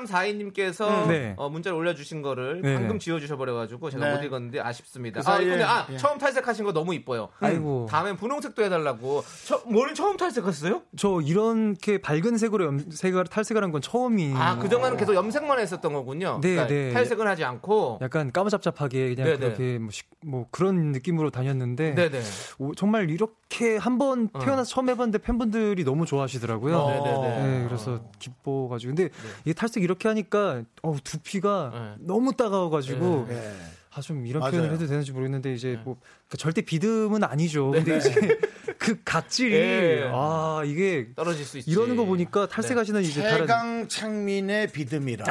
Speaker 2: 3342님께서
Speaker 3: 네.
Speaker 2: 어, 문자를 올려주신 거를
Speaker 3: 네.
Speaker 2: 방금 지워주셔버려가지고 제가
Speaker 1: 네.
Speaker 2: 못 읽었는데 아쉽습니다.
Speaker 1: 그
Speaker 2: 아, 근데
Speaker 1: 사이에-
Speaker 2: 아,
Speaker 1: 예.
Speaker 2: 처음 탈색하신 거 너무 이뻐요.
Speaker 3: 아이고.
Speaker 2: 다음엔 분홍색도 해달라고. 저, 뭘 처음 탈색했어요?
Speaker 3: 저 이렇게 밝은 색으로 염색을 탈색을 한 건 처음이.
Speaker 2: 아, 그동안은 계속 염색만 했었던 거군요. 그러니까
Speaker 3: 네, 네.
Speaker 2: 탈색은 하지 않고.
Speaker 3: 약간 까무잡잡하게 그냥
Speaker 2: 네, 네.
Speaker 3: 그렇게 뭐, 식- 뭐 그런 느낌으로 다녔는데
Speaker 2: 네네.
Speaker 3: 오, 정말 이렇게 한 번 태어나서 처음 해봤는데 팬분들이 너무 좋아하시더라고요.
Speaker 2: 네, 네, 네.
Speaker 3: 네, 그래서 기뻐가지고 근데 이게 탈색 이렇게 하니까 어우, 두피가
Speaker 2: 네.
Speaker 3: 너무 따가워가지고
Speaker 1: 예.
Speaker 3: 아 좀 이런
Speaker 1: 맞아요.
Speaker 3: 표현을 해도 되는지 모르겠는데 이제
Speaker 2: 네.
Speaker 3: 뭐 그러니까 절대 비듬은 아니죠. 근데
Speaker 2: (laughs)
Speaker 3: 이제 (laughs) 그 각질이
Speaker 2: 예.
Speaker 3: 아 이게
Speaker 2: 떨어질 수 있지.
Speaker 3: 이러는 거 보니까 탈색하시는 이제 다른
Speaker 1: 네. 최강 창민의 비듬이라.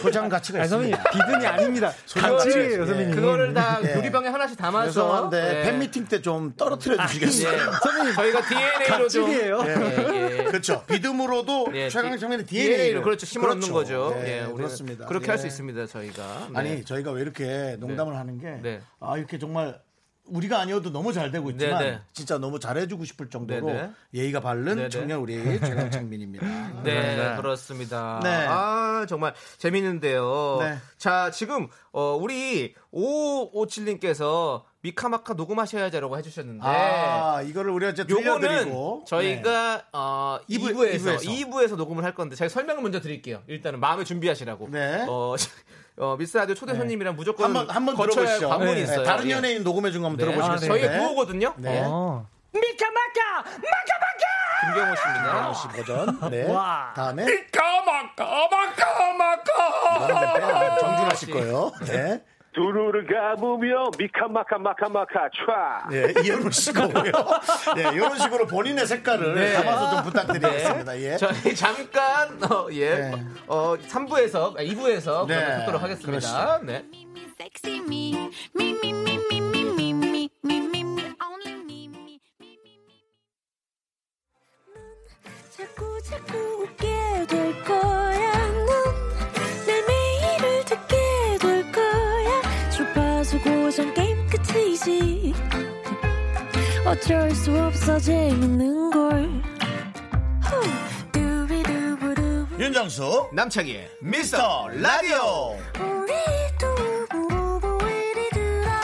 Speaker 1: 소장 가치가
Speaker 3: 아니 선배님
Speaker 1: 있습니다.
Speaker 3: 비듬이
Speaker 1: (laughs)
Speaker 3: 아닙니다.
Speaker 1: 소중한
Speaker 3: 각질이에요
Speaker 1: 가치가
Speaker 3: 선배님.
Speaker 2: 네, 그거를 다
Speaker 1: 예.
Speaker 2: 요리방에 하나씩 담아서.
Speaker 1: 죄송한데
Speaker 2: 예.
Speaker 1: 네, 팬미팅 때 좀 떨어뜨려
Speaker 2: 예.
Speaker 1: 주시겠어요?
Speaker 2: 저희가 DNA로 좀.
Speaker 3: 각질이에요.
Speaker 2: 예, 예.
Speaker 1: (laughs) 그렇죠. 비듬으로도
Speaker 2: 예,
Speaker 1: 최강
Speaker 2: 디-
Speaker 1: 창민의
Speaker 2: DNA로,
Speaker 1: DNA를 네,
Speaker 2: 그렇죠 심어놓는 거죠. 예, 우리는
Speaker 1: 그렇습니다.
Speaker 2: 그렇게
Speaker 1: 예.
Speaker 2: 할 수 있습니다 저희가. 네.
Speaker 1: 아니 저희가 왜 이렇게 농담을 하는 게
Speaker 2: 네.
Speaker 1: 아 이렇게 정말 우리가 아니어도 너무 잘 되고 있지만
Speaker 2: 네네.
Speaker 1: 진짜 너무 잘해주고 싶을 정도로
Speaker 2: 네네.
Speaker 1: 예의가 바른
Speaker 2: 네네.
Speaker 1: 청년 우리 최강창민입니다.
Speaker 2: (laughs) 네, 그렇습니다.
Speaker 1: 네.
Speaker 2: 아, 정말 재밌는데요.
Speaker 1: 네.
Speaker 2: 자, 지금, 어, 우리 5557님께서 미카마카 녹음하셔야죠라고 해주셨는데.
Speaker 1: 아 이거를 우리가 이제
Speaker 2: 네. 요거는
Speaker 1: 들려드리고 네.
Speaker 2: 저희가 어,
Speaker 1: 이부-
Speaker 2: 2부에서,
Speaker 1: 이부에서.
Speaker 2: 2부에서 녹음을 할 건데 제가 설명을 먼저 드릴게요. 일단은 마음에 준비하시라고.
Speaker 1: 네.
Speaker 2: 어, (laughs) 어, 미스 라디오 초대 손님이랑 무조건
Speaker 1: 한번 한번
Speaker 2: 거쳐야 할
Speaker 1: 들어보시죠.
Speaker 2: 관문이
Speaker 1: 네,
Speaker 2: 있어요.
Speaker 1: 다른
Speaker 2: 예.
Speaker 1: 연예인 녹음해 준 거 한번
Speaker 2: 네.
Speaker 1: 들어보시겠어요?
Speaker 2: 저희 구호거든요. 예,
Speaker 1: 네.
Speaker 3: 어.
Speaker 2: 김경호
Speaker 1: 아,
Speaker 2: 씨입니다.
Speaker 1: 씨 버전. 네. 다음에
Speaker 2: 아,
Speaker 1: 이번에 정준하 씨 거예요. 네.
Speaker 4: 두루를 감으며 미카마카마카마카 촤
Speaker 1: 네, 이현우 씨 거고요. 네, 이런 식으로 본인의 색깔을
Speaker 2: 네.
Speaker 1: 담아서 좀 부탁드리겠습니다. 예.
Speaker 2: 저희 잠깐 어, 예.
Speaker 1: 네.
Speaker 2: 어, 3부에서 2부에서
Speaker 1: 네.
Speaker 2: 그러면 듣도록 하겠습니다. 네.
Speaker 5: Sexy me, me, me, me, me, me, me, me, me, me, me, only me, me.
Speaker 6: 자꾸 자꾸 웃게 될 거야. 넌내 매일을 듣게 될 거야. 주파수 고정 게임 끝이지. 어쩔 수 없어 재밌는 걸. 후. 두비두부두.
Speaker 1: 윤정수
Speaker 2: 남창희의
Speaker 1: 미스터 라디오.
Speaker 6: 우리 두부부부 우리 두라.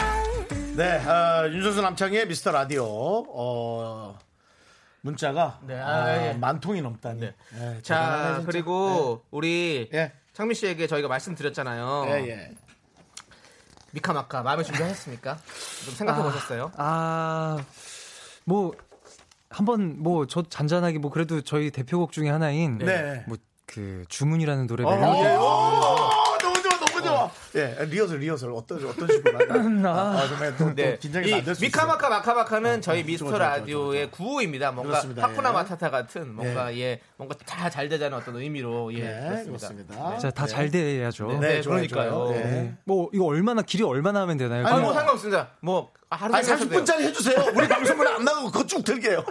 Speaker 1: 네, 어, 윤정수 남창의 미스터 라디오. 어, 문자가
Speaker 2: 네, 아,
Speaker 1: 아,
Speaker 2: 예.
Speaker 1: 만 통이 넘다니.
Speaker 2: 네.
Speaker 1: 예, 대단하네,
Speaker 2: 자,
Speaker 1: 진짜.
Speaker 2: 그리고 우리
Speaker 1: 예.
Speaker 2: 창민 씨에게 저희가 말씀드렸잖아요.
Speaker 1: 예, 예.
Speaker 2: 미카마카 마음의 준비하셨습니까? 좀 생각해 보셨어요?
Speaker 3: 아, 뭐 한번 뭐 저 잔잔하게 뭐 그래도 저희 대표곡 중에 하나인
Speaker 1: 네.
Speaker 3: 뭐 그 주문이라는 노래
Speaker 1: 어,
Speaker 3: 멜로디
Speaker 1: 예. 오, 너무 좋아, 너무 좋아. 예, 리허설, 리허설. 어떤, 어떤 식으로 하나. 아, 정말 또,
Speaker 2: 네.
Speaker 1: 또 긴장이
Speaker 2: 이
Speaker 1: 안될수 있어요. 어,
Speaker 2: 미카마카 마카마카는 저희 미스터
Speaker 1: 좋아, 좋아,
Speaker 2: 라디오의 구호입니다. 뭔가
Speaker 1: 그렇습니다.
Speaker 2: 파쿠나
Speaker 1: 예.
Speaker 2: 마타타 같은 뭔가 예, 뭔가 다 잘 되자는 어떤 의미로 예,
Speaker 1: 네, 그렇습니다.
Speaker 3: 자, 다 잘 돼야죠.
Speaker 2: 네, 그러니까요.
Speaker 1: 네.
Speaker 3: 뭐 이거 얼마나 길이 얼마나 하면 되나요?
Speaker 2: 아니
Speaker 3: 그냥-
Speaker 2: 뭐 상관없습니다. 뭐 아, 하루
Speaker 1: 아니,
Speaker 2: 종일 하셔도 돼요.
Speaker 1: 30분짜리 해주세요. 우리 방송을 안 나가고 그거 쭉 들게요.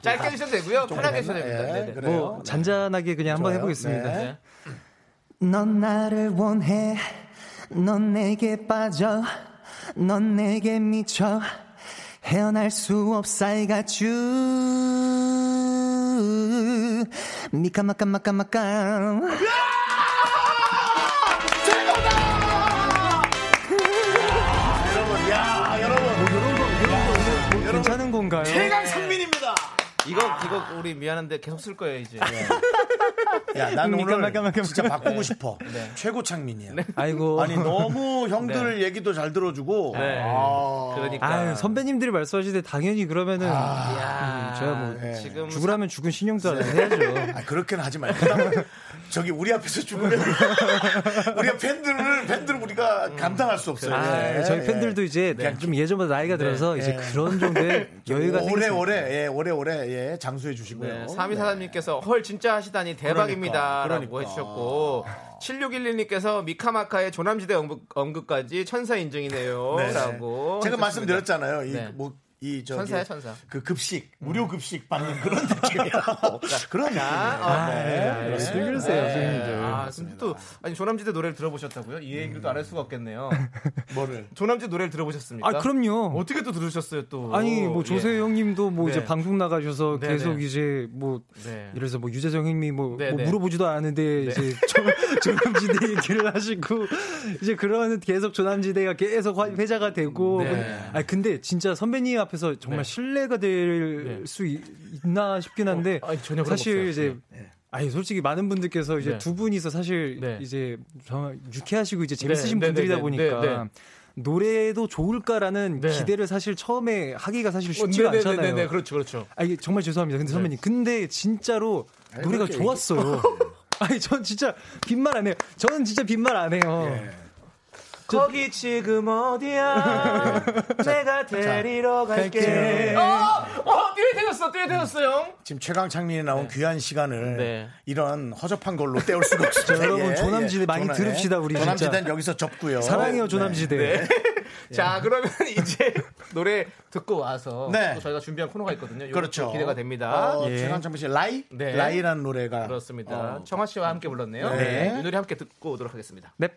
Speaker 2: 짧게 해주셔도 되고요. 편하게 해주셔도 됩니다.
Speaker 1: 예,
Speaker 2: 네, 네.
Speaker 1: 그래요.
Speaker 3: 뭐 잔잔하게 그냥 한번
Speaker 1: 좋아요.
Speaker 3: 해보겠습니다.
Speaker 1: 네.
Speaker 2: 네.
Speaker 3: 넌 나를 원해 넌 내게 빠져 넌 내게 미쳐 헤어날 수 없어 I got you 미카마카마카마카
Speaker 1: 여러분, 야, 여러분.
Speaker 3: 괜찮은 건가요?
Speaker 1: 최강 상민입니다.
Speaker 2: 이거 이거 우리 미안한데 계속 쓸 거예요 이제.
Speaker 1: 야, 난 오늘
Speaker 3: 미카마카마카마카.
Speaker 1: 진짜 바꾸고
Speaker 2: (laughs)
Speaker 1: 싶어.
Speaker 2: 네.
Speaker 1: 최고 창민이야.
Speaker 3: 아이고
Speaker 1: 아니 너무 형들 얘기도 잘 들어주고
Speaker 2: 네.
Speaker 1: 아,
Speaker 3: (laughs)
Speaker 2: 그러니까.
Speaker 3: 아유, 선배님들이 말씀하시는데 당연히 그러면은
Speaker 2: 이야,
Speaker 3: 음,
Speaker 2: 네.
Speaker 3: 제가 뭐
Speaker 1: 예.
Speaker 2: 지금
Speaker 3: 죽으라면 죽은 신용도 안 해야죠.
Speaker 1: 아, 그렇게는 하지 말고 저기 우리 앞에서 죽으면 (laughs) 우리가 팬들을 팬들
Speaker 2: 음.
Speaker 1: 우리가 감당할 수 없어요.
Speaker 2: 그렇죠.
Speaker 3: 아,
Speaker 1: 예,
Speaker 3: 저희
Speaker 1: 예.
Speaker 3: 팬들도 이제 좀 예전보다 나이가 들어서 이제
Speaker 1: 예.
Speaker 3: 그런 정도의 여유가
Speaker 1: 오래
Speaker 3: 생겼습니다.
Speaker 1: 오래 예, 오래 오래 예, 장수해 주시고요.
Speaker 2: 네, 3243님께서 헐 진짜 하시다니
Speaker 3: 그러니까,
Speaker 2: 대박입니다 라고 해주셨고 7611님께서 미카마카의 조남지대 언급, 언급까지 천사 인증이네요
Speaker 1: 네.
Speaker 2: 라고
Speaker 1: 제가
Speaker 2: 해주셨습니다.
Speaker 1: 말씀드렸잖아요. 이
Speaker 2: 네.
Speaker 1: 뭐 이 저기
Speaker 2: 천사야, 음. 천사.
Speaker 1: 그 급식 무료 급식 받는
Speaker 2: (laughs)
Speaker 1: 그런 느낌이라고 그런 느낌이에요.
Speaker 2: 아,
Speaker 1: 네,
Speaker 2: 네.
Speaker 1: 그렇습니다.
Speaker 3: 왜 그러세요,
Speaker 2: 네.
Speaker 3: 선생님들.
Speaker 2: 아, 근데 또 아니 조남지대 노래를 들어보셨다고요? 이 얘기를 또 안 할 수가 없겠네요.
Speaker 1: 아, 뭐를
Speaker 2: 조남지대 노래를 들어보셨습니까?
Speaker 3: 아, 그럼요.
Speaker 2: 어떻게 또 들으셨어요 또?
Speaker 3: 아니 뭐 조세호 형님도 뭐
Speaker 2: 예. 네.
Speaker 3: 이제 방송 나가셔서
Speaker 2: 네,
Speaker 3: 계속
Speaker 2: 네.
Speaker 3: 이제 뭐
Speaker 2: 네.
Speaker 3: 이래서 뭐 유재정 형님이 뭐,
Speaker 2: 네,
Speaker 3: 뭐
Speaker 2: 네.
Speaker 3: 물어보지도 않은데 이제 조, 남지대 (laughs) 얘기를 하시고 이제 그런 계속 조남지대가 계속 화- 회자가 되고
Speaker 2: 네.
Speaker 3: 아 근데 진짜 선배님 앞에서 정말 신뢰가 될 수 있나 싶긴 한데
Speaker 2: 네. 어, 아니, 전혀 그런 거 없어요.
Speaker 3: 사실 이제 아니 솔직히 많은 분들께서 이제
Speaker 2: 네.
Speaker 3: 두 분이서 사실
Speaker 2: 네.
Speaker 3: 이제 정말 유쾌하시고 이제 재밌으신
Speaker 2: 네, 네,
Speaker 3: 분들이다
Speaker 2: 네, 네,
Speaker 3: 보니까
Speaker 2: 네, 네.
Speaker 3: 노래도 좋을까라는
Speaker 2: 네.
Speaker 3: 기대를 사실 처음에 하기가 사실
Speaker 2: 어,
Speaker 3: 쉽지가
Speaker 2: 네네네네,
Speaker 3: 않잖아요.
Speaker 2: 그렇죠, 그렇죠.
Speaker 3: 아, 이게 정말 죄송합니다.
Speaker 2: 네.
Speaker 3: 근데 선배님, 근데 진짜로 노래가
Speaker 1: 그렇게
Speaker 3: 좋았어요. 아니, 전 진짜 빈말 안 해요. 저는 진짜 빈말 안 해요.
Speaker 2: 예. 거기
Speaker 3: (laughs)
Speaker 2: 지금 어디야? 내가 데리러
Speaker 3: 갈게.
Speaker 2: 어, 어, 뛰어야 되셨어, 뛰어야 되셨어, 형.
Speaker 3: (laughs)
Speaker 1: 지금 최강 창민이 나온 귀한 시간을
Speaker 2: 네.
Speaker 1: 이런 허접한 걸로 때울 수가 없죠.
Speaker 3: (laughs) 여러분, 조남지대 많이 들읍시다, 우리 진짜.
Speaker 1: 조남지대는 여기서 접고요. 네.
Speaker 2: 어,
Speaker 3: 사랑해요,
Speaker 2: 네.
Speaker 3: 조남지대. 네.
Speaker 2: 자, 그러면 이제 노래 듣고 와서
Speaker 1: 네.
Speaker 2: 또 저희가 준비한 코너가 있거든요.
Speaker 1: 네.
Speaker 2: 요것도
Speaker 1: 그렇죠.
Speaker 2: 기대가 됩니다.
Speaker 1: 어,
Speaker 3: 예. 어.
Speaker 1: 최강 창민 씨 라이
Speaker 2: 네.
Speaker 1: 라이라는 노래가 어.
Speaker 2: 그렇습니다. 청아 씨와 함께 불렀네요.
Speaker 1: 네.
Speaker 2: 이 노래 함께 듣고 오도록 하겠습니다.
Speaker 3: 넵.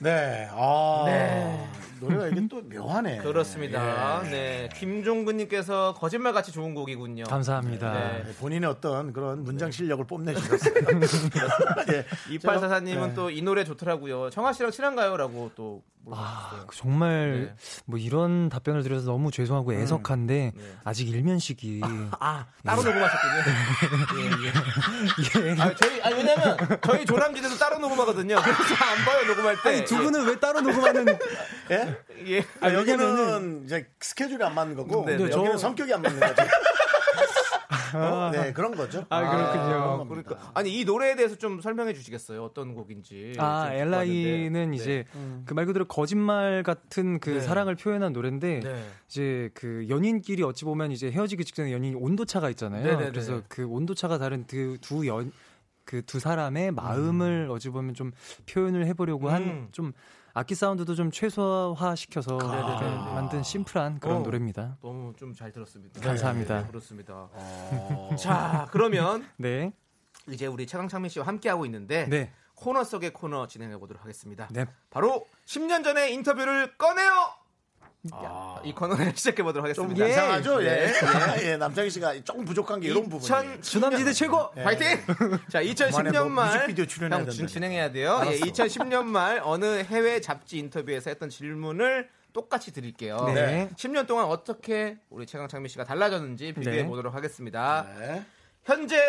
Speaker 1: 네. 아. 노래가 이게 또 묘하네.
Speaker 2: 그렇습니다.
Speaker 1: 예.
Speaker 2: 네. 김종근님께서 거짓말 같이 좋은 곡이군요.
Speaker 3: 감사합니다.
Speaker 2: 네.
Speaker 1: 예, 본인의 어떤 그런 문장 실력을 뽐내주셨습니다.
Speaker 2: (laughs)
Speaker 1: 예. 네.
Speaker 3: 네.
Speaker 2: 이팔사사님은 또 이 노래 좋더라고요. 정아 씨랑 친한가요?라고 또 물어보셨어요.
Speaker 3: 아, 그 정말
Speaker 2: 네.
Speaker 3: 뭐 이런 답변을 드려서 너무 죄송하고 애석한데 아직 일면 시기
Speaker 2: 음. 아 따로
Speaker 3: 네.
Speaker 2: 녹음하셨군요. 예, 예. 아, 저희 아니 왜냐면 저희 조남지대도 따로 녹음하거든요. 그래서 안 봐요 녹음할 때.
Speaker 3: 두 분은 왜 따로 녹음하는
Speaker 2: 네,
Speaker 1: 예?
Speaker 2: 예.
Speaker 1: 아, 여기는 이제 스케줄이 안 맞는 거고
Speaker 2: 네,
Speaker 3: 네.
Speaker 1: 여기는
Speaker 3: 저-
Speaker 1: 성격이 안 맞는 거죠. 어? 네 그런 거죠.
Speaker 3: 아, 그렇군요.
Speaker 1: 그런 겁니다.
Speaker 2: 그러니까 아니 이 노래에 대해서 좀 설명해 주시겠어요? 어떤 곡인지.
Speaker 3: 아,
Speaker 2: 좀
Speaker 3: 엘라이는
Speaker 2: 봤는데.
Speaker 3: 이제 그 말 그대로 거짓말 같은 그
Speaker 2: 네.
Speaker 3: 사랑을 표현한 노래인데
Speaker 2: 네. 네.
Speaker 3: 이제 그 연인끼리 어찌 보면 이제 헤어지기 직전에 연인이 온도차가 있잖아요.
Speaker 2: 네네네.
Speaker 3: 그래서 그 온도차가 다른 그 두 연, 그 두 사람의 마음을 어찌 보면 좀 표현을 해보려고 한
Speaker 2: 음.
Speaker 3: 좀 악기 사운드도 좀 최소화 시켜서
Speaker 2: 네네네.
Speaker 3: 만든 심플한 그런
Speaker 2: 어.
Speaker 3: 노래입니다.
Speaker 2: 너무 좀 잘 들었습니다.
Speaker 3: 감사합니다. 어.
Speaker 2: 네, 그렇습니다. (laughs) 자 그러면
Speaker 3: 네.
Speaker 2: 이제 우리 최강창민 씨와 함께 하고 있는데
Speaker 3: 네.
Speaker 2: 코너 속의 코너 진행해 보도록 하겠습니다.
Speaker 3: 네.
Speaker 2: 바로 10년 전의 인터뷰를 꺼내요. 아, 이 코너를 (laughs) 시작해 보도록
Speaker 1: 좀
Speaker 2: 하겠습니다.
Speaker 1: 이상하죠. 예. 예. 남창희 씨가 조금 부족한 게 이런 부분.
Speaker 2: 2000
Speaker 3: 주남지대 최고!
Speaker 1: 예.
Speaker 2: 파이팅! 네. (laughs) 자, 2010년
Speaker 1: 뭐
Speaker 2: 말
Speaker 1: 뮤직비디오 출연해야
Speaker 2: 형, 진-
Speaker 1: 된다니까.
Speaker 2: 진행해야 돼요. 예, 2010년 말 어느 해외 잡지 인터뷰에서 했던 질문을 똑같이 드릴게요.
Speaker 3: 네.
Speaker 2: 10년 동안 어떻게 우리 최강창민 씨가 달라졌는지 비교해 보도록 하겠습니다.
Speaker 1: 네.
Speaker 2: 현재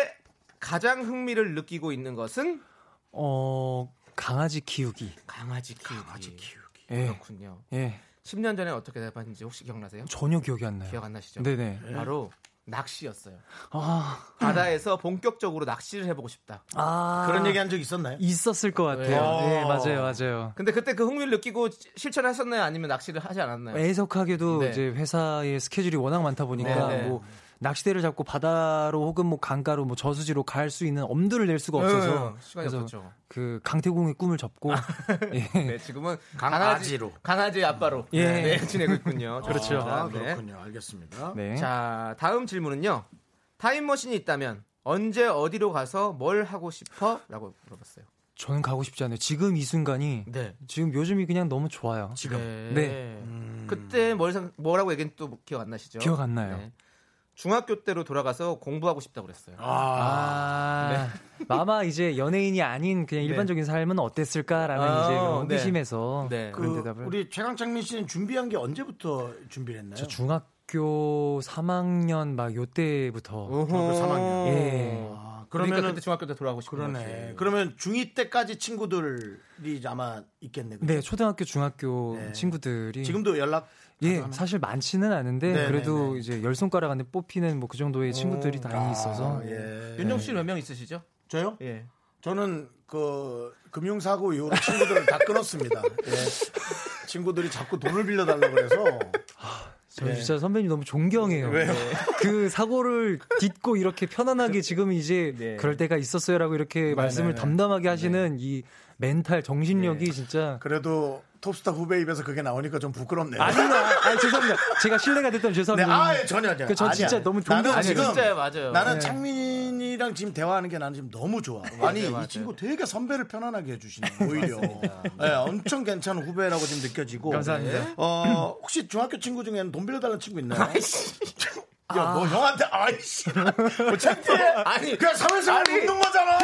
Speaker 2: 가장 흥미를 느끼고 있는 것은
Speaker 3: 어, 강아지 키우기.
Speaker 2: 강아지 키우기. 강아지 키우기.
Speaker 3: 예.
Speaker 2: 그렇군요.
Speaker 3: 예.
Speaker 2: 10년 전에 어떻게 대답했는지 혹시 기억나세요?
Speaker 3: 전혀 기억이 안 나요.
Speaker 2: 기억 안 나시죠?
Speaker 3: 네네.
Speaker 2: 바로 낚시였어요.
Speaker 3: 아,
Speaker 2: 바다에서 본격적으로 낚시를 해보고 싶다.
Speaker 3: 아.
Speaker 1: 그런 얘기 한 적 있었나요?
Speaker 3: 있었을 것 같아요.
Speaker 1: 네.
Speaker 2: 어.
Speaker 3: 네, 맞아요, 맞아요.
Speaker 2: 근데 그때 그 흥미를 느끼고 실천하셨나요? 아니면 낚시를 하지 않았나요?
Speaker 3: 애석하게도
Speaker 2: 네.
Speaker 3: 이제 회사의 스케줄이 워낙 많다 보니까
Speaker 2: 네, 네.
Speaker 3: 뭐 낚시대를 잡고 바다로 혹은 뭐 강가로 뭐 저수지로 갈 수 있는 엄두를 낼 수가 없어서
Speaker 2: 네, 시간이
Speaker 3: 그래서
Speaker 2: 없었죠. 아,
Speaker 3: 그 강태공의 꿈을 접고 (laughs) 예.
Speaker 2: 네, 지금은 강아지로 강아지 아빠로
Speaker 3: 예.
Speaker 2: 네, (laughs) 지내고 있군요.
Speaker 3: (laughs) 그렇죠.
Speaker 2: 좋습니다.
Speaker 1: 아,
Speaker 2: 네.
Speaker 1: 그렇군요. 알겠습니다.
Speaker 3: 네.
Speaker 2: 자, 다음 질문은요. 타임머신이 있다면 언제 어디로 가서 뭘 하고 싶어?라고 물어봤어요.
Speaker 3: 저는 가고 싶지 않아요. 지금 이 순간이
Speaker 2: 네.
Speaker 3: 지금 요즘이 그냥 너무 좋아요.
Speaker 1: 지금.
Speaker 2: 네.
Speaker 3: 네.
Speaker 2: 그때 뭘 생- 뭐라고 얘기했는지 또 기억 안 나시죠?
Speaker 3: 기억 안 나요.
Speaker 2: 네. 중학교 때로 돌아가서 공부하고 싶다고 그랬어요.
Speaker 1: 아,
Speaker 2: 네.
Speaker 3: 아. 마마 이제 연예인이 아닌 그냥 일반적인 삶은 어땠을까라는
Speaker 2: 아,
Speaker 3: 이제 그런
Speaker 2: 네.
Speaker 3: 호기심에서
Speaker 2: 네.
Speaker 1: 그
Speaker 3: 그런 대답을
Speaker 1: 우리 최강창민 씨는 준비한 게 언제부터 준비를 했나요?
Speaker 3: 저 중학교 3학년 막 요때부터
Speaker 1: 중학교 삼학년.
Speaker 3: 예.
Speaker 1: 아, 그러면은
Speaker 2: 그러면 그러니까 그때 중학교 때 돌아가고 싶은
Speaker 1: 그러네.
Speaker 2: 거지.
Speaker 1: 그러면 중2 때까지 친구들이 이제 아마 있겠네. 그죠?
Speaker 3: 네, 초등학교, 중학교 친구들이
Speaker 1: 네. 지금도 연락
Speaker 3: 예, 사실 많지는 않은데
Speaker 1: 네,
Speaker 3: 그래도
Speaker 1: 네, 아,
Speaker 3: 이제 열 손가락 안에 뽑히는 뭐 그 정도의 친구들이 다행히 있어서
Speaker 1: 예.
Speaker 2: 윤정 씨는 몇 명 있으시죠?
Speaker 1: 저요?
Speaker 2: 예.
Speaker 1: 저는 그 금융사고 이후로 친구들을 다 끊었습니다. 예. 친구들이 자꾸 돈을 빌려달라고 그래서
Speaker 3: 저 진짜 선배님 너무 존경해요.
Speaker 1: 예. 왜요?
Speaker 3: 그 사고를 딛고 이렇게 편안하게 지금 이제
Speaker 2: 네.
Speaker 3: 그럴 때가 있었어요라고 이렇게
Speaker 1: 네,
Speaker 3: 말씀을 담담하게 하시는 이 멘탈 정신력이
Speaker 1: 네.
Speaker 3: 진짜
Speaker 1: 그래도 톱스타 후배 입에서 그게 나오니까 좀 부끄럽네요.
Speaker 3: 아니나 아 죄송합니다. 제가 신뢰가 됐다면
Speaker 1: 네,
Speaker 3: 죄송합니다.
Speaker 1: 아, 예, 전혀 아니야.
Speaker 3: 그전 진짜 너무 존경해요.
Speaker 2: 아,
Speaker 1: 나는 지금
Speaker 3: 네,
Speaker 2: 진짜요, 맞아요.
Speaker 1: 나는 창민이랑 지금 대화하는 게 나는 지금 너무 좋아. 아니
Speaker 2: 맞아요.
Speaker 1: 이 친구 되게 선배를 편안하게 (laughs) 해주시네. 오히려 예, 엄청 괜찮은 후배라고 지금 느껴지고.
Speaker 3: 감사합니다.
Speaker 1: 어 혹시 중학교 친구 중에는 돈 빌려달라는 친구 있나요? (laughs) 야, 너 형한테 아이씨. 뭐 창피해. 아니, 그냥 사회생활 웃는 거잖아.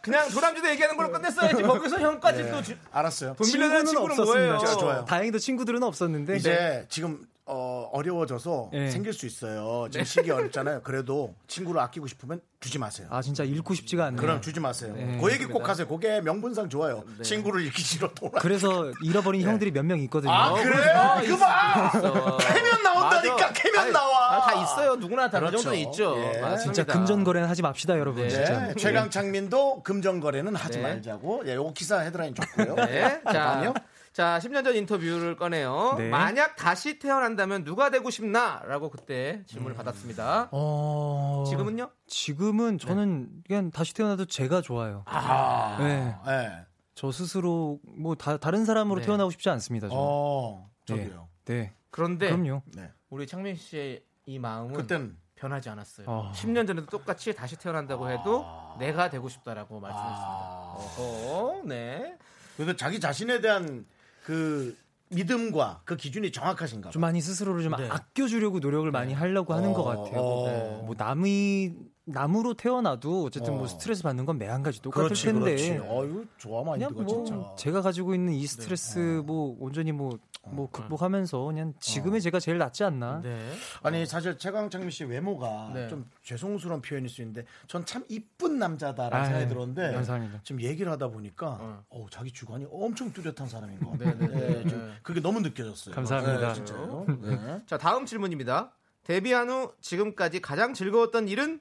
Speaker 2: 그냥 조남지대 얘기하는 걸로 끝냈어야지. 거기서 형까지 또 주-
Speaker 1: 알았어요.
Speaker 2: 돈 빌려달라는
Speaker 3: 친구는
Speaker 2: 친구는
Speaker 3: 없었습니다.
Speaker 2: 뭐예요?
Speaker 1: 진짜 좋아요.
Speaker 3: 다행히도 친구들은 없었는데
Speaker 1: 이제 지금 어, 어려워져서
Speaker 3: 예.
Speaker 1: 생길 수 있어요. 지금 시기 어렵잖아요. 그래도 친구를 아끼고 싶으면 주지 마세요.
Speaker 3: 아 진짜 읽고 싶지가 않네요.
Speaker 1: 그럼 주지 마세요. 그 얘기 꼭 하세요. 그게 명분상 좋아요. 친구를 잃기 싫어 돌아.
Speaker 3: 그래서 잃어버린 형들이 몇 명 있거든요.
Speaker 1: 네. 아 그래요?
Speaker 2: 어, 있어.
Speaker 1: 그만. 캐면 나온다니까
Speaker 2: 맞아.
Speaker 1: 캐면
Speaker 2: 아니,
Speaker 1: 나와.
Speaker 2: 아, 다 있어요. 누구나 다 그
Speaker 1: 그렇죠.
Speaker 2: 정도는 있죠.
Speaker 1: 예.
Speaker 2: 맞습니다.
Speaker 3: 진짜 금전 거래는 하지 맙시다, 여러분.
Speaker 2: 네.
Speaker 3: 진짜.
Speaker 1: 네, 최강창민도 금전거래는 하지
Speaker 2: 네.
Speaker 1: 말자고. 예, 요거 기사 헤드라인 좋고요.
Speaker 2: 네. 자,
Speaker 1: 다음이요?
Speaker 2: 자, 10년 전 인터뷰를 꺼내요.
Speaker 3: 네.
Speaker 2: 만약 다시 태어난다면 누가 되고 싶나라고 그때 질문을 받았습니다.
Speaker 3: 어...
Speaker 2: 지금은요?
Speaker 3: 지금은 저는 그냥 다시 태어나도 제가 좋아요.
Speaker 1: 네. 아,
Speaker 3: 네.
Speaker 1: 예.
Speaker 3: 저 스스로 뭐 다, 다른 사람으로
Speaker 2: 네.
Speaker 3: 태어나고 싶지 않습니다. 저는.
Speaker 1: 어,
Speaker 3: 네.
Speaker 1: 저기요.
Speaker 3: 네.
Speaker 2: 그런데
Speaker 3: 그럼요.
Speaker 2: 우리 창민 씨의 이 마음은
Speaker 1: 그땐
Speaker 2: 변하지 않았어요.
Speaker 3: 아.
Speaker 2: 10년 전에도 똑같이 아. 다시 태어난다고 해도 내가 되고 싶다라고 말씀했습니다. 어허, 네.
Speaker 1: 그래서 자기 자신에 대한 그 믿음과 그 기준이 정확하신가 봐요.
Speaker 3: 좀 많이 스스로를 좀
Speaker 1: 네.
Speaker 3: 아껴주려고 노력을 많이 하려고 하는
Speaker 1: 어,
Speaker 3: 것 같아요.
Speaker 1: 어.
Speaker 3: 네. 뭐 남이 남으로 태어나도 어쨌든
Speaker 1: 어.
Speaker 3: 뭐 스트레스 받는 건 매한 가지 똑같을
Speaker 1: 그렇지,
Speaker 3: 텐데
Speaker 1: 그렇지. 어유 좋아 많이
Speaker 3: 그냥
Speaker 1: 들어
Speaker 3: 뭐
Speaker 1: 진짜. 네.
Speaker 3: 제가 가지고 있는 이 스트레스 뭐 온전히 뭐 뭐
Speaker 1: 어,
Speaker 3: 극복하면서 그냥 지금의 제가 제일 낫지 않나.
Speaker 2: 네.
Speaker 1: 아니 사실 최강창민 씨 외모가
Speaker 2: 네.
Speaker 1: 좀 죄송스러운 표현일 수 있는데 전 참 이쁜 남자다라는 생각이
Speaker 3: 아유,
Speaker 1: 들었는데
Speaker 3: 감사합니다.
Speaker 1: 지금 얘기를 하다 보니까 어. 우 자기 주관이 엄청 뚜렷한 사람인 것 같아요.
Speaker 2: 네, 네,
Speaker 1: 네,
Speaker 2: 네.
Speaker 1: 지금 그게 너무 느껴졌어요.
Speaker 3: 감사합니다.
Speaker 1: 네, 진짜요. 네.
Speaker 2: 자 다음 질문입니다. 데뷔한 후 지금까지 가장 즐거웠던 일은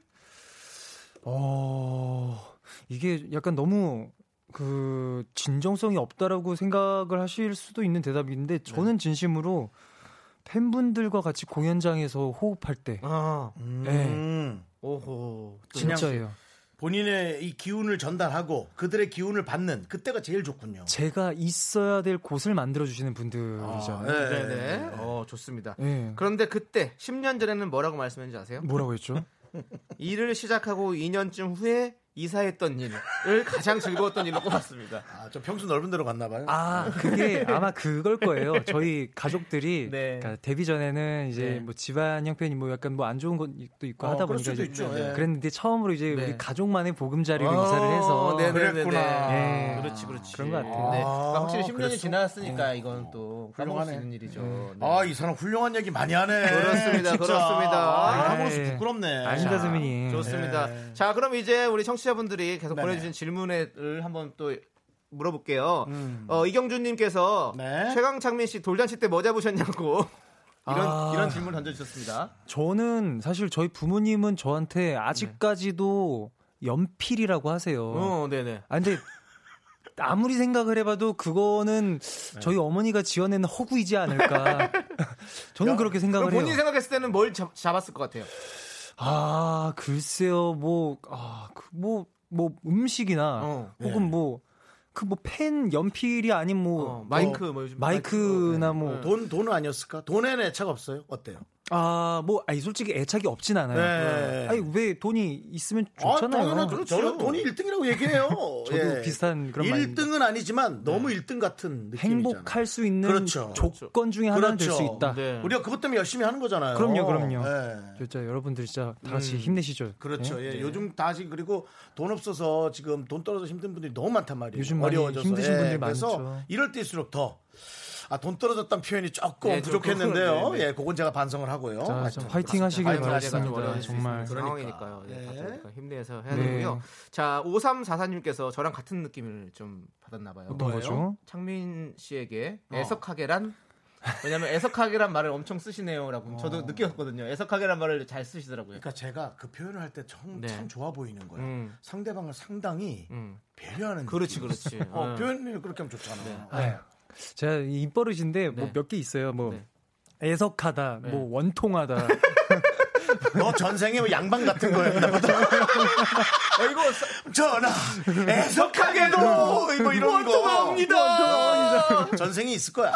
Speaker 3: 어, 이게 약간 너무 그 진정성이 없다라고 생각을 하실 수도 있는 대답인데 저는 진심으로 팬분들과 같이 공연장에서 호흡할 때
Speaker 2: 아
Speaker 3: 네.
Speaker 1: 음,
Speaker 2: 오호 또
Speaker 1: 진짜.
Speaker 3: 진짜예요.
Speaker 1: 본인의 이 기운을 전달하고 그들의 기운을 받는 그때가 제일 좋군요.
Speaker 3: 제가 있어야 될 곳을 만들어 주시는 분들이잖아요.
Speaker 1: 네,
Speaker 2: 네네
Speaker 1: 네.
Speaker 2: 어 좋습니다.
Speaker 3: 예.
Speaker 2: 그런데 그때 10년 전에는 뭐라고 말씀했는지 아세요?
Speaker 3: 뭐라고 했죠?
Speaker 2: 일을 시작하고 2년쯤 후에 이사했던 일을 가장 즐거웠던 일로 꼽았습니다.
Speaker 1: 아, 저 평수 넓은 데로 갔나 봐요.
Speaker 3: 아, 그게 아마 그걸 거예요. 저희 가족들이
Speaker 2: (laughs) 네.
Speaker 3: 그러니까 데뷔 전에는 이제
Speaker 2: 네.
Speaker 3: 뭐 집안 형편이 뭐 약간 뭐 안 좋은 것도 있고
Speaker 1: 어,
Speaker 3: 하다
Speaker 1: 그럴
Speaker 3: 보니까 이제
Speaker 1: 수도
Speaker 3: 네.
Speaker 1: 있죠. 예.
Speaker 3: 그랬는데 처음으로 이제
Speaker 2: 네.
Speaker 3: 우리 가족만의 보금자리로
Speaker 2: 어,
Speaker 3: 이사를 해서
Speaker 2: 네네네네.
Speaker 1: 그랬구나.
Speaker 3: 예.
Speaker 2: 그렇지 그렇지
Speaker 3: 그런 것 같아요.
Speaker 2: 네.
Speaker 1: 아,
Speaker 2: 그러니까 확실히 10년이
Speaker 1: 그랬어?
Speaker 2: 지났으니까 이건 또 까먹을 수
Speaker 1: 훌륭하네.
Speaker 2: 있는 일이죠. 네.
Speaker 1: 아, 이 사람 훌륭한 얘기 많이 하네.
Speaker 2: 그렇습니다,
Speaker 1: 진짜.
Speaker 2: 그렇습니다.
Speaker 1: 아, 이거
Speaker 3: 아,
Speaker 1: 함으로써
Speaker 3: 예.
Speaker 1: 부끄럽네.
Speaker 3: 아닙니다,
Speaker 1: 자,
Speaker 2: 음.
Speaker 3: 선배님.
Speaker 2: 좋습니다.
Speaker 1: 네.
Speaker 2: 자, 그럼 이제 우리 청취자분들이 계속
Speaker 1: 네네.
Speaker 2: 보내주신 질문을 한번 또 물어볼게요. 어, 이경준님께서
Speaker 1: 네.
Speaker 2: 최강창민 씨 돌잔치 때 뭐 잡으셨냐고 (laughs) 이런
Speaker 3: 아.
Speaker 2: 이런 질문 던져주셨습니다.
Speaker 3: 저는 사실 저희 부모님은 저한테 아직까지도 연필이라고 하세요.
Speaker 2: 어, 네네.
Speaker 3: 아 근데 아무리 생각을 해봐도 그거는
Speaker 2: 네.
Speaker 3: 저희 어머니가 지어낸 허구이지
Speaker 2: (laughs)
Speaker 3: 않을까. 저는 그렇게
Speaker 2: 그럼
Speaker 3: 생각을 해요.
Speaker 2: 본인 이 생각했을 때는 뭘 잡, 잡았을 것 같아요?
Speaker 3: 아 글쎄요 뭐아뭐뭐 뭐, 뭐 음식이나
Speaker 2: 어,
Speaker 1: 예.
Speaker 3: 혹은 뭐 그 뭐 펜 연필이 아닌 뭐
Speaker 2: 어, 마이크 뭐 요즘
Speaker 1: 예.
Speaker 3: 마이크나
Speaker 1: 돈, 돈은 아니었을까? 돈에는 애착 없어요? 어때요?
Speaker 3: 뭐 아 뭐 아니 솔직히 애착이 없진 않아요.
Speaker 1: 네.
Speaker 3: 아니 왜 돈이 있으면 좋잖아요. 그렇죠.
Speaker 1: 당연하죠. 저는 돈이 1등이라고 얘기해요.
Speaker 3: (laughs)
Speaker 1: 저도
Speaker 3: 비슷한 그런 말입니다.
Speaker 1: 1등은 아니지만 너무 1등 같은 느낌이잖아요.
Speaker 3: 행복할 수 있는
Speaker 1: 그렇죠.
Speaker 3: 조건 중에 하나는 될 수 있다.
Speaker 2: 네.
Speaker 1: 우리가 그것 때문에 열심히 하는 거잖아요.
Speaker 3: 그럼요, 그럼요. 네.
Speaker 1: 예.
Speaker 3: 진짜 여러분들 진짜 다 같이 힘내시죠.
Speaker 1: 음. 그렇죠.
Speaker 3: 예?
Speaker 1: 예. 요즘 다시 그리고 돈 없어서 지금 돈 떨어져 힘든 분들이 너무 많단 말이에요.
Speaker 3: 요즘 많이
Speaker 1: 어려워져서 예.
Speaker 3: 힘드신 분들이
Speaker 1: 그래서
Speaker 3: 많죠.
Speaker 1: 이럴 때일수록 더. 아, 돈 떨어졌다는 표현이 조금
Speaker 2: 예, 조금,
Speaker 1: 부족했는데요.
Speaker 2: 네, 네.
Speaker 1: 예, 그건 제가 반성을 하고요.
Speaker 3: 자,
Speaker 1: 하여튼
Speaker 3: 좀 화이팅 하시길
Speaker 1: 그렇습니다.
Speaker 2: 아이고,
Speaker 1: 화이팅
Speaker 3: 바랍니다.
Speaker 1: 하시길
Speaker 2: 아이고, 아이고,
Speaker 1: 바랍니다.
Speaker 3: 정말.
Speaker 2: 상황이니까요. 예,
Speaker 1: 네.
Speaker 2: 다들 힘내서 해야
Speaker 3: 네.
Speaker 2: 되고요. 자, 5344님께서 저랑 같은 느낌을 좀 받았나 봐요.
Speaker 3: 어떤 거죠? 어.
Speaker 2: 창민 씨에게 애석하게란 왜냐면 애석하게란 말을 엄청
Speaker 3: 어.
Speaker 2: 쓰시네요라고 저도 느꼈거든요. 애석하게란 말을 잘 쓰시더라고요.
Speaker 1: 그러니까 제가 그 표현을 할 때 참
Speaker 2: 네.
Speaker 1: 좋아 보이는 거예요.
Speaker 2: 음.
Speaker 1: 상대방을 상당히
Speaker 2: 음.
Speaker 1: 배려하는
Speaker 2: 그렇지,
Speaker 1: 느낌.
Speaker 2: 그렇지.
Speaker 1: 어,
Speaker 2: 음.
Speaker 1: 표현을 그렇게 하면 좋잖아요.
Speaker 3: 아유, 제가 이 입버릇인데 뭐
Speaker 2: 네.
Speaker 3: 몇 개 있어요. 뭐
Speaker 2: 네.
Speaker 3: 애석하다,
Speaker 1: 네.
Speaker 3: 뭐
Speaker 1: (laughs)
Speaker 3: 원통하다.
Speaker 1: 너 전생에 뭐 양반 같은
Speaker 2: (laughs)
Speaker 1: 거였나
Speaker 2: 네.
Speaker 1: 보다.
Speaker 2: 어, 이거
Speaker 1: 전하 애석하게도
Speaker 2: 네.
Speaker 1: 뭐 이런 거.
Speaker 2: 원통합니다.
Speaker 1: 전생이 있을 거야.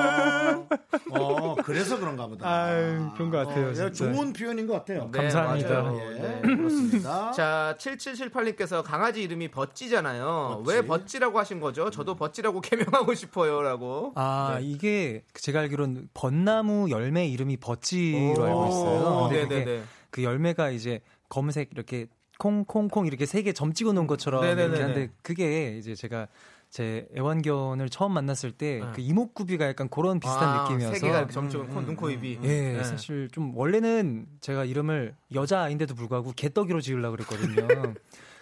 Speaker 1: 어, 어, 그래서 그런가 보다.
Speaker 3: 아유, 그런 것 같아요,
Speaker 1: 어,
Speaker 3: 진짜.
Speaker 1: 좋은 표현인 것 같아요.
Speaker 3: (laughs)
Speaker 2: 네,
Speaker 3: 감사합니다.
Speaker 2: 맞아요.
Speaker 1: 예,
Speaker 2: 네.
Speaker 1: 그렇습니다.
Speaker 2: 자, 7778님께서 강아지 이름이 버찌잖아요. 왜 버찌라고 하신 거죠? 저도 버찌라고 (laughs) 개명하고 싶어요라고.
Speaker 3: 아 이게 제가 알기로는 벚나무 열매 이름이 버찌로 알고
Speaker 2: 오,
Speaker 3: 있어요. 근데 그게
Speaker 2: 네네네.
Speaker 3: 그 열매가 이제 검은색 이렇게 콩콩콩 이렇게 세 개 점 찍어 놓은 것처럼
Speaker 2: 네네네네.
Speaker 3: 이렇게 한데 그게 이제 제가 제 애완견을 처음 만났을 때 그 이목구비가 약간 그런 비슷한
Speaker 2: 아,
Speaker 3: 느낌이어서 음,
Speaker 2: 세 개가 점점 코, 눈, 코,
Speaker 1: 음,
Speaker 2: 입이. 음,
Speaker 3: 예, 사실 좀 원래는 제가 이름을 여자아인데도 불구하고 개떡이로 지으려고
Speaker 1: (laughs)
Speaker 3: 그랬거든요.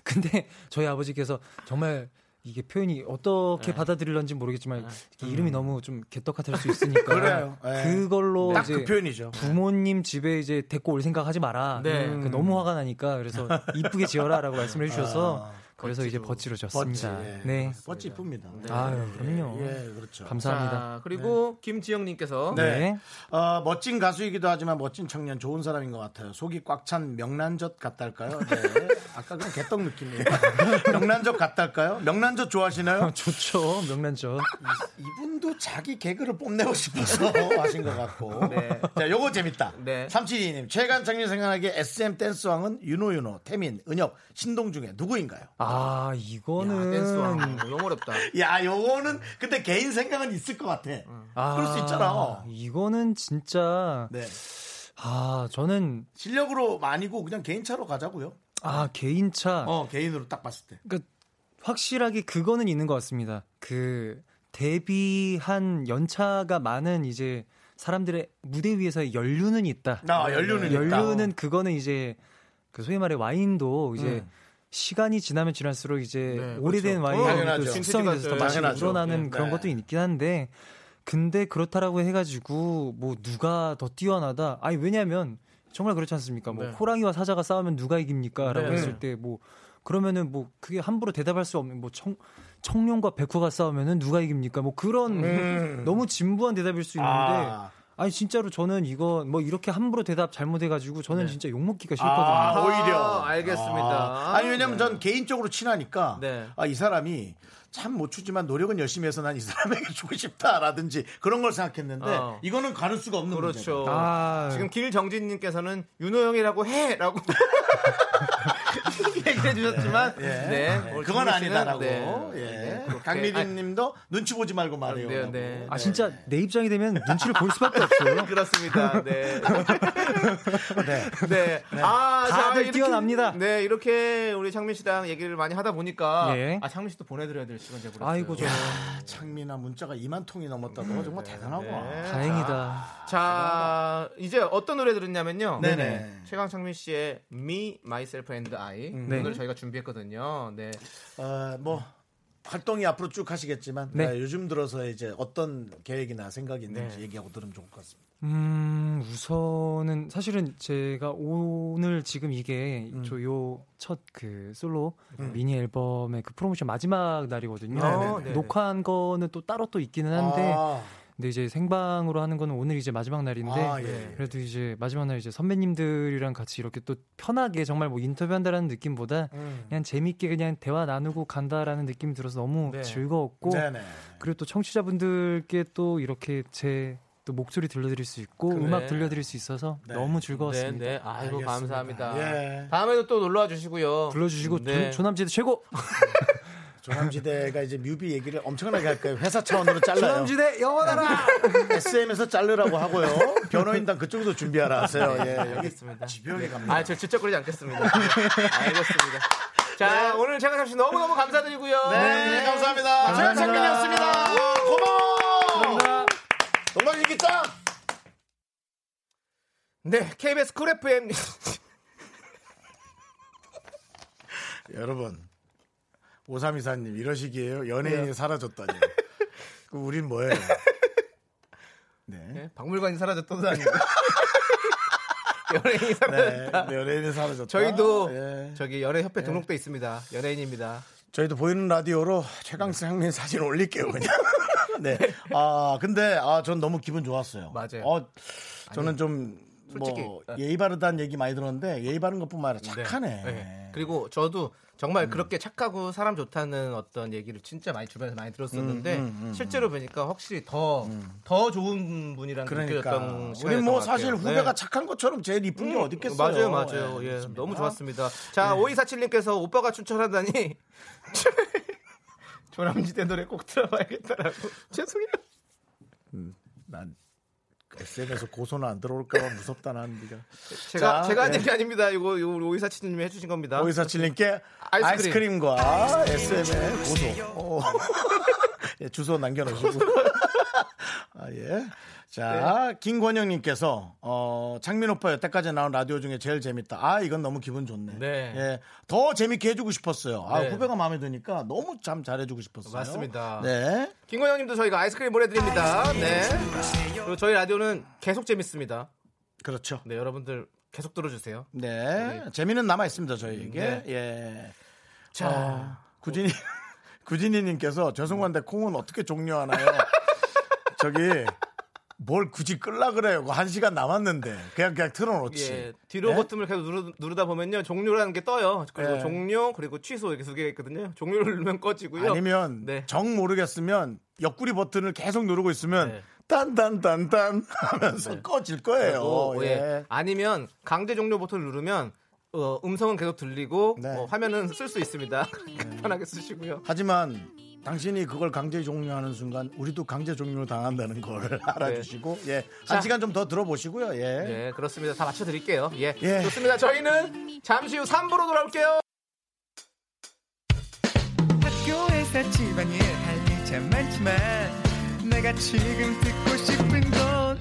Speaker 3: 근데 저희 아버지께서 정말 이게 표현이
Speaker 1: 예.
Speaker 3: 어떻게 받아들일런지 모르겠지만 이렇게 이름이 너무 좀 개떡 같을 수 있으니까
Speaker 1: 음. (laughs) 그래요. 예.
Speaker 3: 그걸로
Speaker 1: 딱
Speaker 3: 이제
Speaker 1: 그 표현이죠.
Speaker 3: 부모님 집에 이제 데리고 올 생각 하지 마라.
Speaker 2: 네.
Speaker 3: 음, 그 너무 화가 나니까
Speaker 1: (laughs)
Speaker 3: 그래서 이쁘게 지어라라고 말씀해 주셔서 그래서 이제 버찌로
Speaker 1: 아, 멋지.
Speaker 3: 졌습니다.
Speaker 1: 예.
Speaker 3: 네.
Speaker 1: 멋지 이쁩니다.
Speaker 3: 아유, 그럼요.
Speaker 1: 예, 그렇죠.
Speaker 3: 감사합니다. 네.
Speaker 2: 자, 그리고 김지영님께서
Speaker 1: 네. 어, 멋진 가수이기도 하지만 멋진 청년 좋은 사람인 것 같아요. 속이 꽉 찬 명란젓 같달까요? 네. 아까 그냥 개떡 느낌이에요. (laughs) 명란젓 같달까요? 명란젓 좋아하시나요?
Speaker 3: (laughs) 좋죠. 명란젓.
Speaker 1: 이분도 자기 개그를 뽐내고 싶어서 (laughs) 하신 것 같고.
Speaker 2: 네.
Speaker 1: 자, 요거 재밌다.
Speaker 2: 네.
Speaker 1: 372님, 최간장님 생각하기에 SM 댄스왕은 윤호윤호, 태민, 은혁, 신동 중에 누구인가요?
Speaker 3: 아, 아 이거는 음.
Speaker 2: 댄스왕 뭐, 너무 어렵다.
Speaker 1: 야, 요거는 근데 개인 생각은 있을 것 같아.
Speaker 3: 음.
Speaker 1: 그럴 수 있잖아.
Speaker 3: 이거는 진짜
Speaker 1: 네.
Speaker 3: 아 저는
Speaker 1: 실력으로 아니고 그냥 개인차로 가자고요.
Speaker 3: 아 개인차
Speaker 1: 어, 개인으로 딱 봤을 때.
Speaker 3: 그러니까 확실하게 그거는 있는 것 같습니다. 그 데뷔한 연차가 많은 이제 사람들의 무대 위에서의 연륜은 있다.
Speaker 1: 나 아, 연륜은 있다.
Speaker 3: 네. 연륜은 그거는 이제 그 소위 말해 와인도
Speaker 1: 네.
Speaker 3: 이제 시간이 지나면 지날수록 이제 오래된 와인이
Speaker 1: 그렇죠. 당연하죠.
Speaker 3: 또 숙성이 돼서 더 맛이
Speaker 1: 당연하죠.
Speaker 3: 우러나는
Speaker 1: 네.
Speaker 3: 그런
Speaker 1: 네.
Speaker 3: 것도 있긴 한데 근데 그렇다라고 해가지고 뭐 누가 더 뛰어나다 아니 왜냐면 정말 그렇지 않습니까
Speaker 1: 네.
Speaker 3: 뭐 호랑이와 사자가 싸우면 누가 이깁니까라고 했을 때 뭐 그러면은 뭐 그게 함부로 대답할 수 없는 뭐 청 청룡과 백호가 싸우면은 누가 이깁니까 뭐 그런 (laughs) 너무 진부한 대답일 수 있는데
Speaker 1: 아.
Speaker 3: 아니 진짜로 저는 이거 뭐 이렇게 함부로 대답 잘못해가지고 저는 진짜 욕 먹기가 싫거든요.
Speaker 1: 아, 오히려.
Speaker 2: 아, 알겠습니다.
Speaker 1: 아, 니 왜냐면 전 개인적으로 친하니까.
Speaker 2: 네.
Speaker 1: 아, 이 사람이 참 못 추지만 노력은 열심히 해서 난 이 사람에게 (laughs) 주고 싶다라든지 그런 걸 생각했는데
Speaker 2: 어.
Speaker 1: 이거는 가를 수가 없는 문제.
Speaker 2: 그렇죠.
Speaker 3: 아.
Speaker 2: 지금 길정진님께서는 윤호 형이라고 해라고 (laughs) 얘기해 주셨지만, 네, 오늘
Speaker 1: 그건
Speaker 2: 정민 씨는,
Speaker 1: 아니다라고.
Speaker 2: 네.
Speaker 1: 예.
Speaker 2: 그렇게. 아.
Speaker 1: 강미린 님도 눈치 보지 말고 말해요.
Speaker 2: 네,
Speaker 1: 라고.
Speaker 2: 네.
Speaker 3: 아 진짜 내 입장이 되면 눈치를 볼 수밖에 없어요.
Speaker 2: (laughs) 그렇습니다.
Speaker 3: (laughs)
Speaker 2: 네.
Speaker 1: 네.
Speaker 2: 네. 아,
Speaker 3: 다들
Speaker 2: 이렇게-
Speaker 3: 뛰어납니다.
Speaker 2: 네, 이렇게 우리 창민 씨랑 얘기를 많이 하다 보니까
Speaker 3: 예.
Speaker 2: 아, 창민 씨도 보내 드려야 될 시간 제가 버렸어요.
Speaker 3: 아이고 저
Speaker 1: 창미나 문자가 2만 통이 넘었다고 정말 대단하고.
Speaker 2: (laughs) 음, 네.
Speaker 3: 다행이다.
Speaker 2: 자, 이제 어떤 노래 들었냐면요.
Speaker 1: 네네.
Speaker 2: 최강창민 씨의 Me, Myself and I
Speaker 3: 네.
Speaker 2: 오늘 저희가 준비했거든요. 네.
Speaker 1: 어, 뭐 활동이 앞으로 쭉 하시겠지만
Speaker 3: 네.
Speaker 1: 네, 요즘 들어서 이제 어떤 계획이나 생각이 있는지
Speaker 2: 네.
Speaker 1: 얘기하고 들으면 좋을 것 같습니다.
Speaker 3: 음 우선은 사실은 제가 오늘 지금 이게 저 요 첫 그 솔로 미니 앨범의 그 프로모션 마지막 날이거든요.
Speaker 2: 네네네.
Speaker 3: 녹화한 거는 또 따로 또 있기는 한데
Speaker 1: 아,
Speaker 3: 근데 이제 생방으로 하는 거는 오늘 이제 마지막 날인데
Speaker 1: 아, 예.
Speaker 3: 그래도 이제 마지막 날 이제 선배님들이랑 같이 이렇게 또 편하게 정말 뭐 인터뷰한다라는 느낌보다
Speaker 2: 음.
Speaker 3: 그냥 재밌게 그냥 대화 나누고 간다라는 느낌이 들어서 너무
Speaker 2: 네.
Speaker 3: 즐거웠고
Speaker 1: 네네.
Speaker 3: 그리고 또 청취자분들께 또 이렇게 제 또 목소리 들려드릴 수 있고
Speaker 2: 그래.
Speaker 3: 음악 들려드릴 수 있어서 너무
Speaker 2: 네,
Speaker 3: 즐거웠습니다.
Speaker 2: 네. 아이고 감사합니다.
Speaker 1: 예.
Speaker 2: 다음에도 또 놀러 와 주시고요.
Speaker 3: 불러주시고
Speaker 2: 네.
Speaker 3: 조남지대 최고
Speaker 1: 조남지대가 이제 뮤비 얘기를 엄청나게 할까요? 회사 차원으로 잘라요.
Speaker 3: 조남지대 영원하라
Speaker 1: SM에서 자르라고 하고요. 변호인단 그쪽에서 준비하라 하세요. 예, 여기
Speaker 2: 알겠습니다.
Speaker 1: 집요하게 갑니다.
Speaker 2: 아, 저 지적거리지 않겠습니다. 알겠습니다. 자, 오늘 최강창민 씨 너무너무 감사드리고요.
Speaker 1: 네, 감사합니다.
Speaker 3: 감사합니다.
Speaker 1: 최현 창민이었습니다. 고마워. 동방신기 짱.
Speaker 2: 네, KBS 쿨 FM
Speaker 1: 여러분 오삼이사님 이러시기에요 연예인이 사라졌다니 그 우린 뭐예요 네.
Speaker 2: 네, 박물관이 사라졌던 거 아니고 (laughs) 연예인이 사라졌다.
Speaker 1: 네, 네, 연예인이 사라졌다
Speaker 2: 저희도
Speaker 1: 예.
Speaker 2: 저기 연예 협회 등록돼 있습니다. 연예인입니다.
Speaker 1: 저희도 보이는 라디오로
Speaker 2: 네.
Speaker 1: 최강승 형님 사진 올릴게요
Speaker 2: (laughs)
Speaker 1: 그냥 네. 아 근데 아 전 너무 기분 좋았어요
Speaker 2: 맞아요.
Speaker 1: 어, 저는 좀
Speaker 2: 솔직히.
Speaker 1: 뭐 예의 바르다는 얘기 많이 들었는데 예의 바른 것뿐만 아니라
Speaker 2: 네.
Speaker 1: 착하네 음.
Speaker 2: 네. 그리고 저도 정말 그렇게 착하고 사람 좋다는 어떤 얘기를 진짜 많이 주변에서 많이
Speaker 1: 음,
Speaker 2: 들었었는데 실제로 보니까 확실히 더 더 좋은 분이라는 게
Speaker 1: 그러니까
Speaker 2: 느껴졌던 시간이
Speaker 1: 우리 뭐 사실 후배가 착한 것처럼 제일 이쁜 게 어디 있겠어요
Speaker 2: 음,
Speaker 1: 네,
Speaker 2: 맞아요, 맞아요. 예,
Speaker 1: 그렇습니다. 예.
Speaker 2: 너무 좋았습니다. 자, 오이사칠님께서 오빠가 추천하다니 (laughs) 조남지대 노래
Speaker 1: (laughs)
Speaker 2: 꼭 들어봐야겠다라고 죄송해요.
Speaker 1: 난 SM에서 고소는 안 들어올까봐 무섭다 나는 네가
Speaker 2: 제가
Speaker 1: 자,
Speaker 2: 제가 한
Speaker 1: 네.
Speaker 2: 얘기 아닙니다. 이거 이거 우리 오이사칠님이 해주신 겁니다.
Speaker 1: 오이사칠님께
Speaker 2: 아이스크림.
Speaker 1: 아이스크림. 과 SM의 고소 어. (laughs) 예, 주소 남겨놓으시고 (laughs) 아, 예.
Speaker 2: 네.
Speaker 1: 자 김권영님께서 어, 창민 오빠 여태까지 나온 라디오 중에 제일 재밌다. 아 이건 너무 기분 좋네.
Speaker 2: 네.
Speaker 1: 예, 더 재밌게 해주고 싶었어요. 아
Speaker 2: 네.
Speaker 1: 후배가 마음에 드니까 너무 참 잘해주고 싶었어요.
Speaker 2: 맞습니다.
Speaker 1: 네.
Speaker 2: 김건영님도 저희가 아이스크림 보내드립니다. 네. 그리고 저희 라디오는 계속 재밌습니다.
Speaker 1: 그렇죠.
Speaker 2: 네, 여러분들 계속 들어주세요.
Speaker 1: 네. 재미는 남아 있습니다 저희에게.
Speaker 2: 네. 아.
Speaker 1: 예.
Speaker 2: 자,
Speaker 1: 구진이 (laughs) 구진이님께서 죄송한데 콩은 어떻게
Speaker 2: (laughs)
Speaker 1: 종료하나요? 저기 뭘 굳이 끌라 그래요? 그거 한 시간 남았는데 그냥 그냥 틀어놓지.
Speaker 2: 예, 뒤로
Speaker 1: 네?
Speaker 2: 버튼을 계속 누르, 다 보면요 종료라는 게 떠요. 그리고
Speaker 1: 예.
Speaker 2: 종료 그리고 취소 이렇게 두 개가 있거든요. 종료를 누르면 꺼지고요.
Speaker 1: 아니면
Speaker 2: 네.
Speaker 1: 정 모르겠으면 옆구리 버튼을 계속 누르고
Speaker 2: 네.
Speaker 1: 있으면 딴딴딴딴 하면서 꺼질 거예요.
Speaker 2: 그리고,
Speaker 1: 예.
Speaker 2: 예. 아니면 강제 종료 버튼을 누르면 어, 음성은 계속 들리고
Speaker 1: 네.
Speaker 2: 어, 화면은 쓸 수 있습니다. (laughs) 편하게 쓰시고요.
Speaker 1: 하지만 당신이 그걸 강제 종료하는 순간 우리도 강제 종료 당한다는 걸 (laughs) 알아주시고 예. 한
Speaker 2: 자.
Speaker 1: 시간 좀 더 들어보시고요. 예.
Speaker 2: 예, 그렇습니다. 다 맞춰드릴게요. 예.
Speaker 1: 예.
Speaker 2: 좋습니다. 저희는 잠시 후 3부로 돌아올게요.
Speaker 7: 학교에서 집안일 할 일 참 많지만 내가 지금 듣고 싶은 건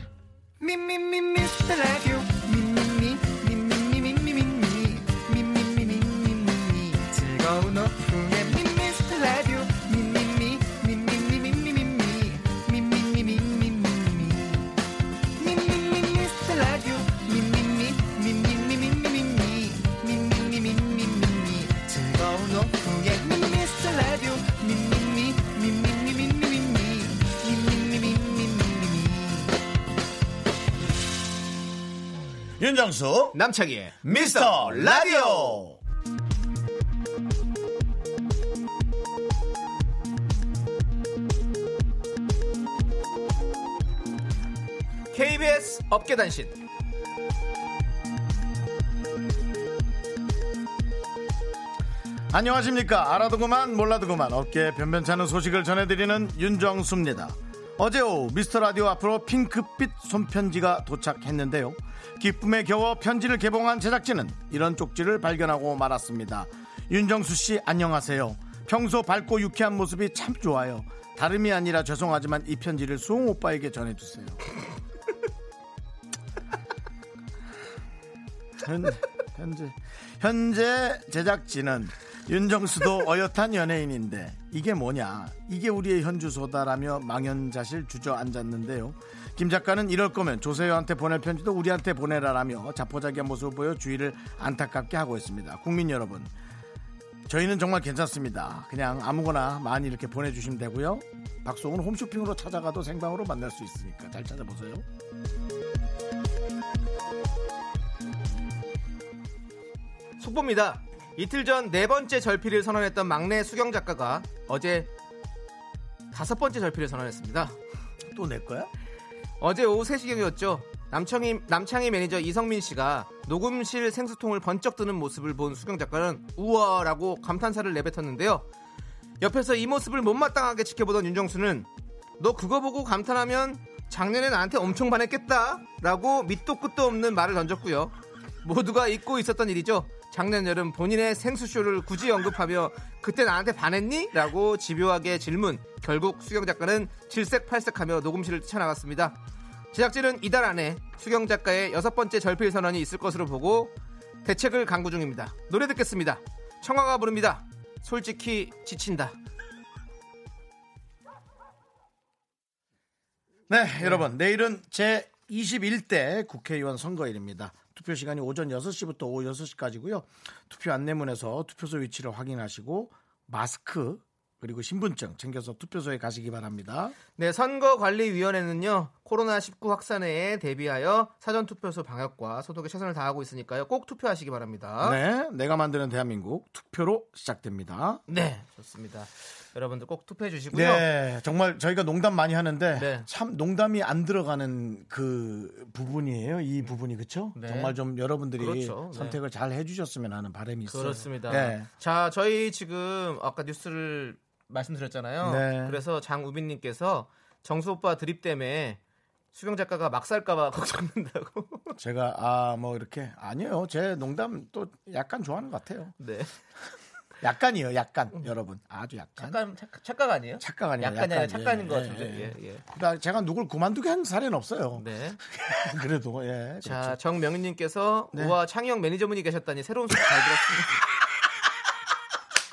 Speaker 7: 미미미 미스터 라디오 미미미 미미미 미미미 미미미 미미미 미미미 즐거운 오후에 미스터 라디오 미미미 미미미 미미미 미미미 미미미 미미미
Speaker 1: 윤정수
Speaker 2: 남창희의
Speaker 1: 미스터 라디오.
Speaker 2: KBS 업계단신.
Speaker 1: 안녕하십니까. 알아두고만 몰라두고만 어깨 변변찮은 소식을 전해드리는 윤정수입니다. 어제 오후 미스터 라디오 앞으로 핑크빛 손편지가 도착했는데요. 기쁨에 겨워 편지를 개봉한 제작진은 이런 쪽지를 발견하고 말았습니다. 윤정수 씨 안녕하세요. 평소 밝고 유쾌한 모습이 참 좋아요. 다름이 아니라 죄송하지만 이 편지를 수홍 오빠에게 전해주세요. 현, 현재 현재 제작진은 윤정수도 어엿한 연예인인데 이게 뭐냐 이게 우리의 현주소다라며 망연자실 주저앉았는데요 김 작가는 이럴 거면 조세호한테 보낼 편지도 우리한테 보내라라며 자포자기한 모습을 보여 주의를 안타깝게 하고 있습니다 국민 여러분 저희는 정말 괜찮습니다 그냥 아무거나 많이 이렇게 보내주시면 되고요 박송은 홈쇼핑으로 찾아가도 생방으로 만날 수 있으니까 잘 찾아보세요
Speaker 2: 속보입니다. 이틀 전 네 번째 절필을 선언했던 막내 수경 작가가 어제 다섯 번째 절필을 선언했습니다.
Speaker 1: 또 내 거야?
Speaker 2: 어제 오후 3시경이었죠. 남창희, 남창희 매니저 이성민 씨가 녹음실 생수통을 번쩍 드는 모습을 본 수경 작가는 우와라고 감탄사를 내뱉었는데요. 옆에서 이 모습을 못마땅하게 지켜보던 윤정수는 너 그거 보고 감탄하면 작년에 나한테 엄청 반했겠다 라고 밑도 끝도 없는 말을 던졌고요. 모두가 잊고 있었던 일이죠. 작년 여름 본인의 생수쇼를 굳이 언급하며 그때 나한테 반했니? 라고 집요하게 질문. 결국 수경 작가는 질색팔색하며 녹음실을 뛰쳐나갔습니다. 제작진은 이달 안에 수경 작가의 여섯 번째 절필 선언이 있을 것으로 보고 대책을 강구 중입니다. 노래 듣겠습니다. 청아가 부릅니다. 솔직히 지친다.
Speaker 1: 네, 여러분. 내일은 제 21대 국회의원 선거일입니다. 투표 시간이 오전 6시부터 오후 6시까지고요. 투표 안내문에서 투표소 위치를 확인하시고 마스크 그리고 신분증 챙겨서 투표소에 가시기 바랍니다.
Speaker 2: 네, 선거관리위원회는요, 코로나19 확산에 대비하여 사전투표소 방역과 소독에 최선을 다하고 있으니까요, 꼭 투표하시기 바랍니다.
Speaker 1: 네, 내가 만드는 대한민국 투표로 시작됩니다.
Speaker 2: 네, 좋습니다. 여러분들 꼭 투표해 주시고요.
Speaker 1: 네, 정말 저희가 농담 많이 하는데
Speaker 2: 네.
Speaker 1: 참 농담이 안 들어가는 그 부분이에요. 이 부분이 그렇죠?
Speaker 2: 네.
Speaker 1: 정말 좀 여러분들이
Speaker 2: 그렇죠. 네.
Speaker 1: 선택을 잘 해주셨으면 하는 바람이 있어요.
Speaker 2: 그렇습니다.
Speaker 1: 네.
Speaker 2: 자, 저희 지금 아까 뉴스를 말씀드렸잖아요.
Speaker 1: 네.
Speaker 2: 그래서 장우빈님께서 정수 오빠 드립 때문에 수경 작가가 막 살까봐 (laughs) 걱정된다고.
Speaker 1: 제가 아 뭐 이렇게 아니에요. 제 농담 또 약간 좋아하는 것 같아요.
Speaker 2: 네.
Speaker 1: 약간이요, 약간
Speaker 2: 음.
Speaker 1: 여러분 아주 약간.
Speaker 2: 착각, 착- 착각 아니에요?
Speaker 1: 착각 아니에요.
Speaker 2: 약간이 아니라
Speaker 1: 약간,
Speaker 2: 착각인
Speaker 1: 예,
Speaker 2: 것
Speaker 1: 예,
Speaker 2: 같은데.
Speaker 1: 예.
Speaker 2: 예, 예.
Speaker 1: 나 제가 누굴 그만두게 한 사례는 없어요. 그렇죠,
Speaker 2: 네.
Speaker 1: (laughs) 그래도 예.
Speaker 2: 자, 정명윤님께서
Speaker 1: 네.
Speaker 2: 우와 창희형 매니저분이 계셨다니 새로운 소식 잘
Speaker 1: (laughs)
Speaker 2: 들었습니다.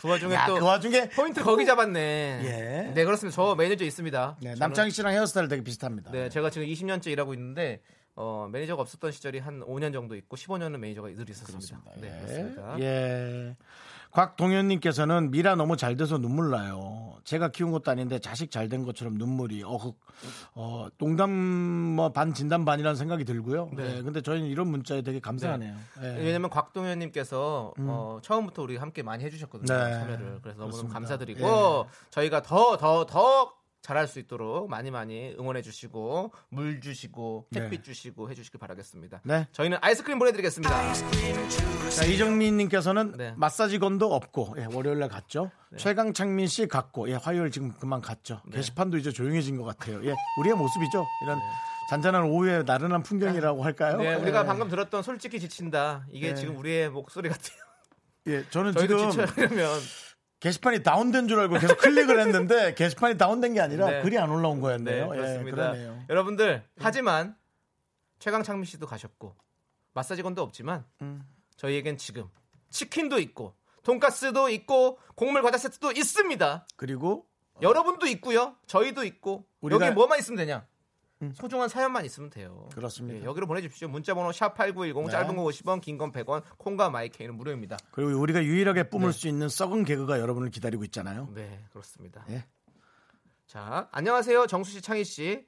Speaker 2: 그 와중에
Speaker 1: 야,
Speaker 2: 또
Speaker 1: 그 와중에
Speaker 2: 포인트 거기 잡았네.
Speaker 1: 예.
Speaker 2: 네 그렇습니다. 저 매니저 있습니다.
Speaker 1: 네,
Speaker 2: 저는-
Speaker 1: 남창희 씨랑 헤어스타일 되게 비슷합니다.
Speaker 2: 네, 제가 지금 20년째 일하고 있는데 어, 매니저가 없었던 시절이 한 5년 정도 있고 15년은 매니저가 늘 있었습니다. 네, 그렇습니다.
Speaker 1: 예. 곽동현님께서는 미라 너무 잘 돼서 눈물 나요. 제가 키운 것도 아닌데 자식 잘 된 것처럼 눈물이 어흑 어 농담 뭐 반 진담 반이라는 생각이 들고요. 네. 근데 저희는 이런 문자에 되게 감사하네요. 예.
Speaker 2: 왜냐면 곽동현님께서 어, 처음부터 우리 함께 많이 해주셨거든요
Speaker 1: 네.
Speaker 2: 참여를 그래서 너무너무
Speaker 1: 그렇습니다.
Speaker 2: 감사드리고 저희가 더 더 더 잘할 수 있도록 많이 많이 응원해 주시고 물 주시고
Speaker 1: 네.
Speaker 2: 햇빛 주시고 해주시길 바라겠습니다.
Speaker 1: 네.
Speaker 2: 저희는 아이스크림 보내드리겠습니다.
Speaker 1: 자, 이정민님께서는
Speaker 2: 네.
Speaker 1: 마사지건도 없고 예, 월요일날 갔죠. 최강창민 씨 갔고 예, 화요일 지금 그만 갔죠.
Speaker 2: 네.
Speaker 1: 게시판도 이제 조용해진 것 같아요. 예, 우리의 모습이죠. 이런 잔잔한 오후의 나른한 풍경이라고 할까요?
Speaker 2: 네, 우리가
Speaker 1: 예.
Speaker 2: 방금 들었던 솔직히 지친다. 이게
Speaker 1: 네.
Speaker 2: 지금 우리의 목소리 같아요.
Speaker 1: 예, 저는
Speaker 2: 저희도
Speaker 1: 지금
Speaker 2: 지쳐요. 그러면
Speaker 1: 게시판이 다운된 줄 알고 계속 클릭을
Speaker 2: (laughs)
Speaker 1: 했는데 게시판이 다운된 게 아니라
Speaker 2: 네.
Speaker 1: 글이 안 올라온
Speaker 2: 네,
Speaker 1: 거였네요. 예,
Speaker 2: 그렇습니다.
Speaker 1: 그러네요. 음.
Speaker 2: 여러분들 하지만 최강창민 씨도 가셨고 마사지건도 없지만
Speaker 1: 음.
Speaker 2: 저희에겐 지금 치킨도 있고 돈가스도 있고 곡물 과자 세트도 있습니다.
Speaker 1: 그리고
Speaker 2: 여러분도 있고요. 저희도 있고
Speaker 1: 어. 우리가- 음.
Speaker 2: 여기 뭐만 있으면 되냐? 소중한 사연만 있으면 돼요.
Speaker 1: 그렇습니다.
Speaker 2: 예, 여기로 보내주십시오. 문자번호 샵 #8910
Speaker 1: 네.
Speaker 2: 짧은 거 50원, 긴 건 100원, 콩과 마이케이는 무료입니다.
Speaker 1: 그리고 우리가 유일하게 뿜을 수 있는 썩은 개그가 여러분을 기다리고 있잖아요.
Speaker 2: 네, 그렇습니다.
Speaker 1: 예.
Speaker 2: 자, 안녕하세요. 정수 씨, 창희 씨.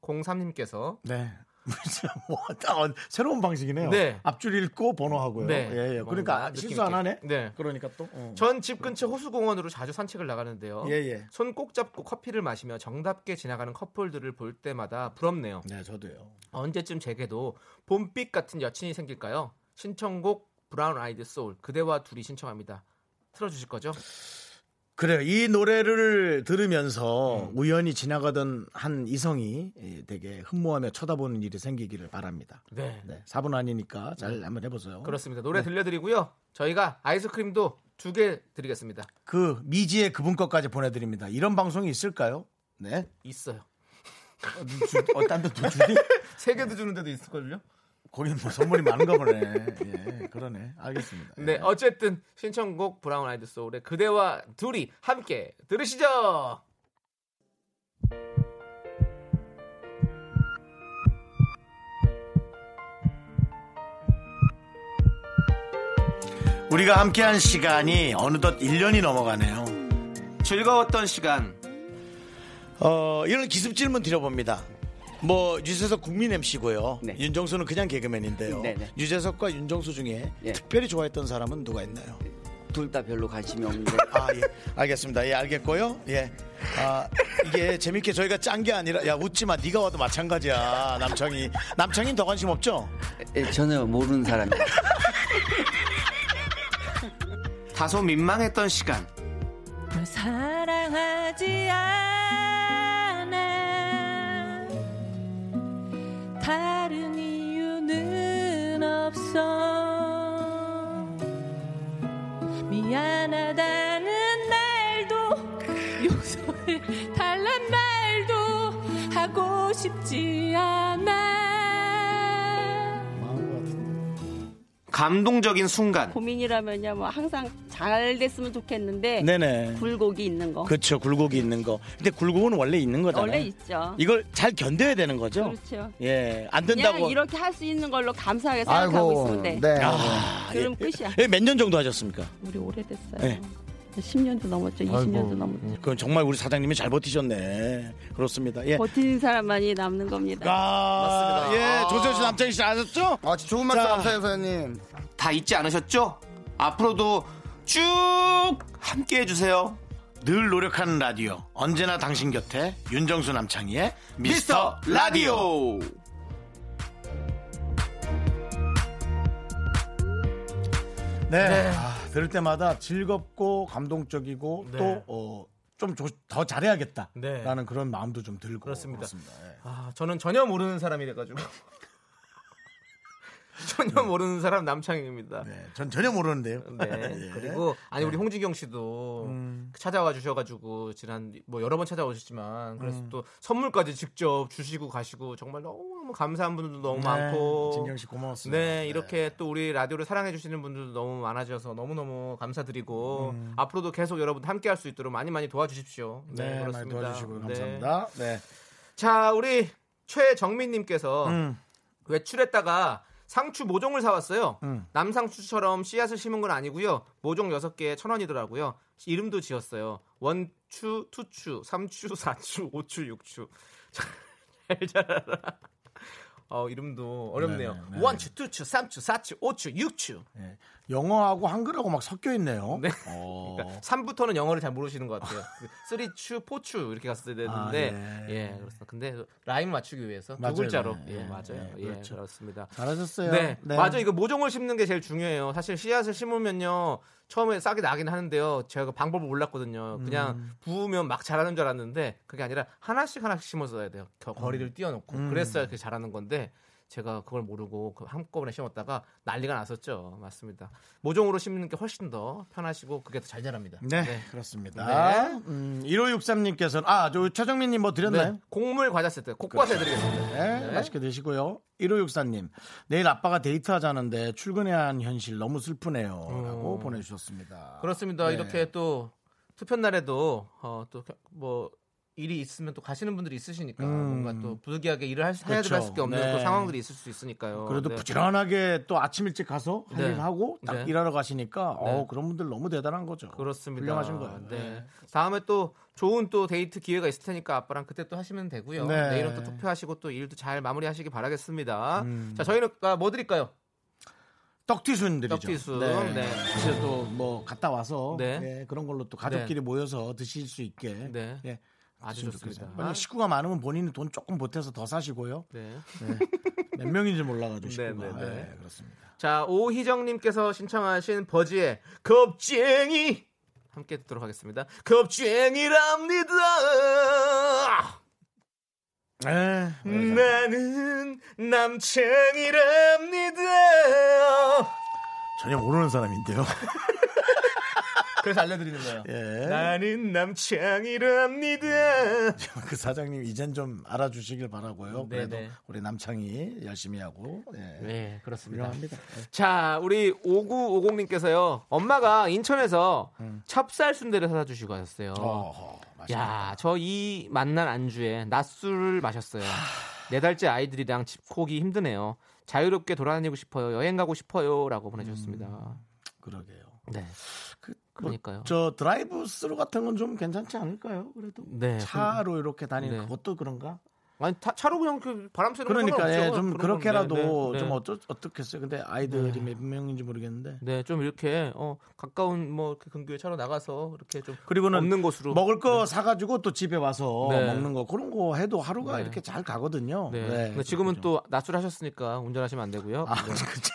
Speaker 2: 8203님께서
Speaker 1: 네. (laughs) 진짜 뭐, 아, 새로운 방식이네요.
Speaker 2: 네.
Speaker 1: 앞줄 읽고 번호하고요.
Speaker 2: 네.
Speaker 1: 예, 예. 그러니까
Speaker 2: 뭔가
Speaker 1: 아,
Speaker 2: 느낌
Speaker 1: 실수 안
Speaker 2: 있게.
Speaker 1: 하네.
Speaker 2: 네.
Speaker 1: 그러니까 또. 어.
Speaker 2: 전 집 근처 호수공원으로 자주 산책을 나가는데요.
Speaker 1: 예, 예.
Speaker 2: 손 꼭 잡고 커피를 마시며 정답게 지나가는 커플들을 볼 때마다 부럽네요.
Speaker 1: 네, 저도요.
Speaker 2: 언제쯤 제게도 봄빛 같은 여친이 생길까요? 신청곡 브라운 아이드 소울 그대와 둘이 신청합니다. 틀어주실 거죠?
Speaker 1: 그래요. 이 노래를 들으면서 우연히 지나가던 한 이성이 예, 되게 흠모하며 쳐다보는 일이 생기기를 바랍니다.
Speaker 2: 네.
Speaker 1: 네. 4분 아니니까 잘 한번 해보세요.
Speaker 2: 그렇습니다.
Speaker 1: 네.
Speaker 2: 노래 들려드리고요. 저희가 아이스크림도 두 개 드리겠습니다.
Speaker 1: 그 미지의 그분 것까지 보내드립니다. 이런 방송이 있을까요? 네.
Speaker 2: 있어요.
Speaker 1: 어, 눈 주- 어, 딴데 두 줄이?
Speaker 2: 세 개도 주는 데도 있을걸요?
Speaker 1: (laughs) 거긴 뭐 선물이 많은가 보네. 예, 그러네. 알겠습니다. 예.
Speaker 2: 네, 어쨌든 신청곡 브라운 아이드 소울의 그대와 둘이 함께 들으시죠.
Speaker 1: 우리가 함께한 시간이 어느덧 1년이 넘어가네요.
Speaker 2: 즐거웠던 시간.
Speaker 1: 어, 이런 기습 질문 드려봅니다. 뭐 유재석 국민 MC고요.
Speaker 8: 네.
Speaker 1: 윤정수는 그냥 개그맨인데요.
Speaker 8: 네, 네.
Speaker 1: 유재석과 윤정수 중에
Speaker 8: 예.
Speaker 1: 특별히 좋아했던 사람은 누가 있나요?
Speaker 8: 둘 다 별로 관심이 없는데
Speaker 1: (laughs) 아, 예. 알겠습니다. 예, 알겠고요. 예. 아, 이게 재밌게 저희가 짠 게 아니라 야, 웃지 마. 네가 와도 마찬가지야. 남창이. 남창이 더 관심 없죠?
Speaker 8: 예, 전혀 모르는 사람이에요.
Speaker 2: 다소 민망했던 시간.
Speaker 6: 널 사랑하지 않아 다른 이유는 없어 미안하다는 말도 용서를 달란 말도 하고 싶지 않아
Speaker 2: 감동적인 순간.
Speaker 9: 고민이라면야 뭐 항상 잘 됐으면 좋겠는데
Speaker 1: 네네.
Speaker 9: 굴곡이 있는 거
Speaker 1: 그렇죠. 굴곡이 있는 거. 근데 굴곡은 원래 있는 거잖아요.
Speaker 9: 원래 있죠.
Speaker 1: 이걸 잘 견뎌야 되는 거죠.
Speaker 9: 그렇죠.
Speaker 1: 예, 안
Speaker 9: 그냥
Speaker 1: 된다고.
Speaker 9: 이렇게 할 수 있는 걸로 감사하게 생각하고 있으면 돼.
Speaker 1: 아,
Speaker 9: 그럼 끝이야.
Speaker 1: 예, 몇 년 정도 하셨습니까?
Speaker 9: 우리 오래됐어요.
Speaker 1: 네.
Speaker 9: 10년도 넘었죠. 20년도 넘었죠.
Speaker 1: 그건 정말 우리 사장님이 잘 버티셨네. 그렇습니다. 예.
Speaker 9: 버티는 사람만이 남는 겁니다.
Speaker 1: 아,
Speaker 2: 맞습니다.
Speaker 1: 예,
Speaker 2: 아.
Speaker 1: 조세호 씨, 남창희 씨 아셨죠?
Speaker 8: 아, 좋은 말씀
Speaker 1: 자.
Speaker 8: 감사해요, 사장님.
Speaker 2: 다 잊지 않으셨죠? 앞으로도 쭉 함께 해주세요.
Speaker 1: 늘 노력하는 라디오. 언제나 당신 곁에 윤정수 남창희의
Speaker 2: 미스터 라디오.
Speaker 1: 네. 아, 들을 때마다 즐겁고 감동적이고
Speaker 2: 네.
Speaker 1: 또 어, 좀 더 잘해야겠다.
Speaker 2: 네.
Speaker 1: 라는 그런 마음도 좀 들고.
Speaker 2: 그렇습니다.
Speaker 1: 예.
Speaker 2: 아, 저는 전혀 모르는 사람이 돼가지고. (laughs) 전혀 모르는 사람 남창입니다.
Speaker 1: 네, 전 전혀 모르는데요.
Speaker 2: (laughs)
Speaker 1: (laughs)
Speaker 2: 네.
Speaker 1: 예.
Speaker 2: 그리고 아니 우리 홍진경 씨도 찾아와 주셔가지고 지난 뭐 여러 번 찾아오셨지만 그래서 또 선물까지 직접 주시고 가시고 정말 너무 너무 감사한 분들도 너무
Speaker 1: 네,
Speaker 2: 많고
Speaker 1: 진경 씨 고마웠습니다.
Speaker 2: 네, 이렇게 또 우리 라디오를 사랑해 주시는 분들도 너무 많아져서 너무너무 감사드리고 앞으로도 계속 여러분 함께 할 수 있도록 많이 많이 도와주십시오.
Speaker 1: 음. 네, 많이
Speaker 2: 그렇습니다.
Speaker 1: 도와주시고
Speaker 2: 네.
Speaker 1: 감사합니다. 네.
Speaker 2: 자, 우리 최정민 님께서
Speaker 1: 음.
Speaker 2: 외출했다가 상추 모종을 사왔어요.
Speaker 1: 음.
Speaker 2: 남상추처럼 씨앗을 심은 건 아니고요. 모종 6개에 천원이더라고요 이름도 지었어요. 원추, 투추, 삼추, (laughs) 사추, 오추, 육추. (laughs) 잘 자라라. 어, 이름도 어렵네요.
Speaker 1: 네네, 네.
Speaker 2: 원추, 투추, 삼추, 사추, 오추, 육추.
Speaker 1: 예. 영어하고 한글하고 막 섞여 있네요.
Speaker 2: 네.
Speaker 1: 어.
Speaker 2: 그러니까 3부터는 영어를 잘 모르시는 것 같아요. (laughs) 쓰리추, 포추 이렇게 갔어야 되는데
Speaker 1: 아,
Speaker 2: 예, 그렇습니다. 근데 라임 맞추기 위해서 두
Speaker 1: 맞아요.
Speaker 2: 글자로
Speaker 1: 네.
Speaker 2: 예, 맞아요.
Speaker 1: 네,
Speaker 2: 예,
Speaker 1: 그렇죠.
Speaker 2: 그렇습니다.
Speaker 1: 잘하셨어요.
Speaker 2: 네, 맞아. 이거 모종을 심는 게 제일 중요해요. 사실 씨앗을 심으면요. 처음에 싹이 나긴 하는데요. 제가 그 방법을 몰랐거든요. 그냥
Speaker 1: 음.
Speaker 2: 부으면 막 자라는 줄 알았는데 그게 아니라 하나씩 하나씩 심어서 야 돼요. 겨-
Speaker 1: 음.
Speaker 2: 거리를 띄워놓고 그랬어야 그게 자라는 건데 제가 그걸 모르고 그 한꺼번에 심었다가 난리가 났었죠. 맞습니다. 모종으로 심는 게 훨씬 더 편하시고 그게 더 잘 자랍니다.
Speaker 1: 네, 그렇습니다.
Speaker 2: 네.
Speaker 1: 음, 1563님께서는 아, 저 최정민님 뭐 드렸나요?
Speaker 2: 네, 곡물 과자 세트, 곡과자 드리겠습니다.
Speaker 1: 네, 맛있게 드시고요. 1564님, 내일 아빠가 데이트하자는데 출근해야 하는 현실 너무 슬프네요. 라고 보내주셨습니다.
Speaker 2: 음. 그렇습니다.
Speaker 1: 네.
Speaker 2: 이렇게 또 투표 날에도 어, 또뭐 일이 있으면 또 가시는 분들이 있으시니까
Speaker 1: 음.
Speaker 2: 뭔가 또 부득이하게 일을 할, 해야
Speaker 1: 그렇죠.
Speaker 2: 될 수밖에 없는
Speaker 1: 네.
Speaker 2: 또 상황들이 있을 수 있으니까요.
Speaker 1: 그래도
Speaker 2: 네.
Speaker 1: 부지런하게 또 아침 일찍 가서 할
Speaker 2: 네.
Speaker 1: 일 하고 딱
Speaker 2: 네.
Speaker 1: 일하러 가시니까
Speaker 2: 네.
Speaker 1: 어 그런 분들 너무 대단한 거죠.
Speaker 2: 그렇습니다.
Speaker 1: 훌륭하신 거예요.
Speaker 2: 네. 다음에 또 좋은 또 데이트 기회가 있을 테니까 아빠랑 그때 또 하시면 되고요.
Speaker 1: 네.
Speaker 2: 내일은 또 투표하시고 또 일도 잘 마무리하시기 바라겠습니다.
Speaker 1: 음.
Speaker 2: 자, 저희는 아, 뭐 드릴까요?
Speaker 1: 떡튀순들이죠.
Speaker 2: 떡튀순.
Speaker 1: 네.
Speaker 2: 네.
Speaker 1: 혹시 또뭐 갔다 와서
Speaker 2: 네.
Speaker 1: 예, 그런 걸로 또 가족끼리 모여서 드실 수 있게.
Speaker 2: 네.
Speaker 1: 예.
Speaker 2: 아주
Speaker 1: 드시면
Speaker 2: 좋습니다.
Speaker 1: 좋겠어요. 만약 식구가 많으면 본인이 돈 조금 보태서 더 사시고요.
Speaker 2: 네.
Speaker 1: 몇 명인지 몰라가지고 식구가.
Speaker 2: 네, 네, 네.
Speaker 1: 예, 그렇습니다.
Speaker 2: 자, 오희정님께서 신청하신 버지의 겁쟁이 함께 듣도록 하겠습니다. 겁쟁이랍니다. 음,
Speaker 1: 예, 네.
Speaker 2: 나는 남창이랍니다.
Speaker 1: 전혀 모르는 사람인데요. (laughs)
Speaker 2: 그래서 알려드리는 거예요.
Speaker 1: 예.
Speaker 2: 네. 나는 남창이랍니다.
Speaker 1: 그 사장님 이젠 좀 알아주시길 바라고요.
Speaker 2: 네,
Speaker 1: 그래도
Speaker 2: 네.
Speaker 1: 우리 남창이 열심히 하고 예.
Speaker 2: 네, 그렇습니다.
Speaker 1: 훌륭합니다. 예.
Speaker 2: 자, 우리 5950님께서요. 엄마가 인천에서 찹쌀 순대를 사다 주시고 하셨어요.
Speaker 1: 어허, 맛있다.
Speaker 2: 야, 저 이 만난 안주에 낮술을 마셨어요. 네 달째 아이들이랑 집콕이 힘드네요. 자유롭게 돌아다니고 싶어요. 여행 가고 싶어요라고 보내주셨습니다.
Speaker 1: 그러게요.
Speaker 2: 네,
Speaker 1: 음. 그, 뭐
Speaker 2: 그러니까요.
Speaker 1: 저 드라이브 스루 같은 건 좀 괜찮지 않을까요? 그래도
Speaker 2: 네,
Speaker 1: 차로 이렇게 다니는
Speaker 2: 네.
Speaker 1: 그것도 그런가?
Speaker 2: 아니 타- 차로 그냥 그 바람 쐬는 건
Speaker 1: 그러니까
Speaker 2: 상관없죠.
Speaker 1: 예, 좀
Speaker 2: 그런
Speaker 1: 그렇게라도
Speaker 2: 건, 네, 네,
Speaker 1: 좀
Speaker 2: 네.
Speaker 1: 어쩌 어떻겠어요. 근데 아이들이 몇 명인지 모르겠는데.
Speaker 2: 네, 좀 이렇게 어, 가까운 뭐 이렇게 근교에 차로 나가서 이렇게 좀
Speaker 1: 그리고는
Speaker 2: 없는 곳으로
Speaker 1: 먹을 거 사가지고 또 집에 와서
Speaker 2: 네.
Speaker 1: 먹는 거 그런 거 해도 하루가
Speaker 2: 네.
Speaker 1: 이렇게 잘 가거든요.
Speaker 2: 네. 근데 지금은
Speaker 1: 그렇군요.
Speaker 2: 또 낮술 하셨으니까 운전하시면 안 되고요.
Speaker 1: 아,
Speaker 2: 네.
Speaker 1: (laughs) 그쵸.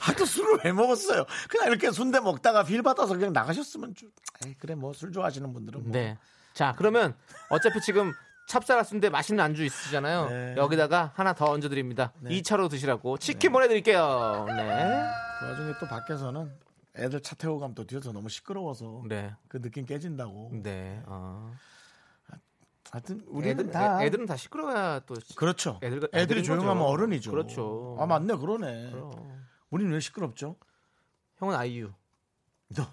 Speaker 1: 하여튼 술을 왜 먹었어요? 그냥 이렇게 순대 먹다가 빌 받아서 그냥 나가셨으면 좀, 에이, 그래, 뭐, 술 좋아하시는 분들은. 뭐.
Speaker 2: 네. 자, 그러면 어차피 지금 찹쌀았순데 맛있는 안주 있으시잖아요.
Speaker 1: 네.
Speaker 2: 여기다가 하나 더 얹어드립니다. 이차로 드시라고 치킨 보내드릴게요. 네.
Speaker 1: 그 와중에 또 밖에서는 애들 차 태우고 가면 또 뒤에서 너무 시끄러워서
Speaker 2: 네.
Speaker 1: 그 느낌 깨진다고.
Speaker 2: 네. 어.
Speaker 1: 하여튼, 우리는
Speaker 2: 애들,
Speaker 1: 다.
Speaker 2: 애, 들은 다 시끄러워야 또. 시-
Speaker 1: 그렇죠. 애들,
Speaker 2: 애들- 애들인
Speaker 1: 이 조용하면
Speaker 2: 거죠.
Speaker 1: 어른이죠.
Speaker 2: 그렇죠.
Speaker 1: 아, 맞네, 그러네.
Speaker 2: 그럼.
Speaker 1: 우린 왜 시끄럽죠?
Speaker 2: 어. 형은 아이유.
Speaker 1: 넌,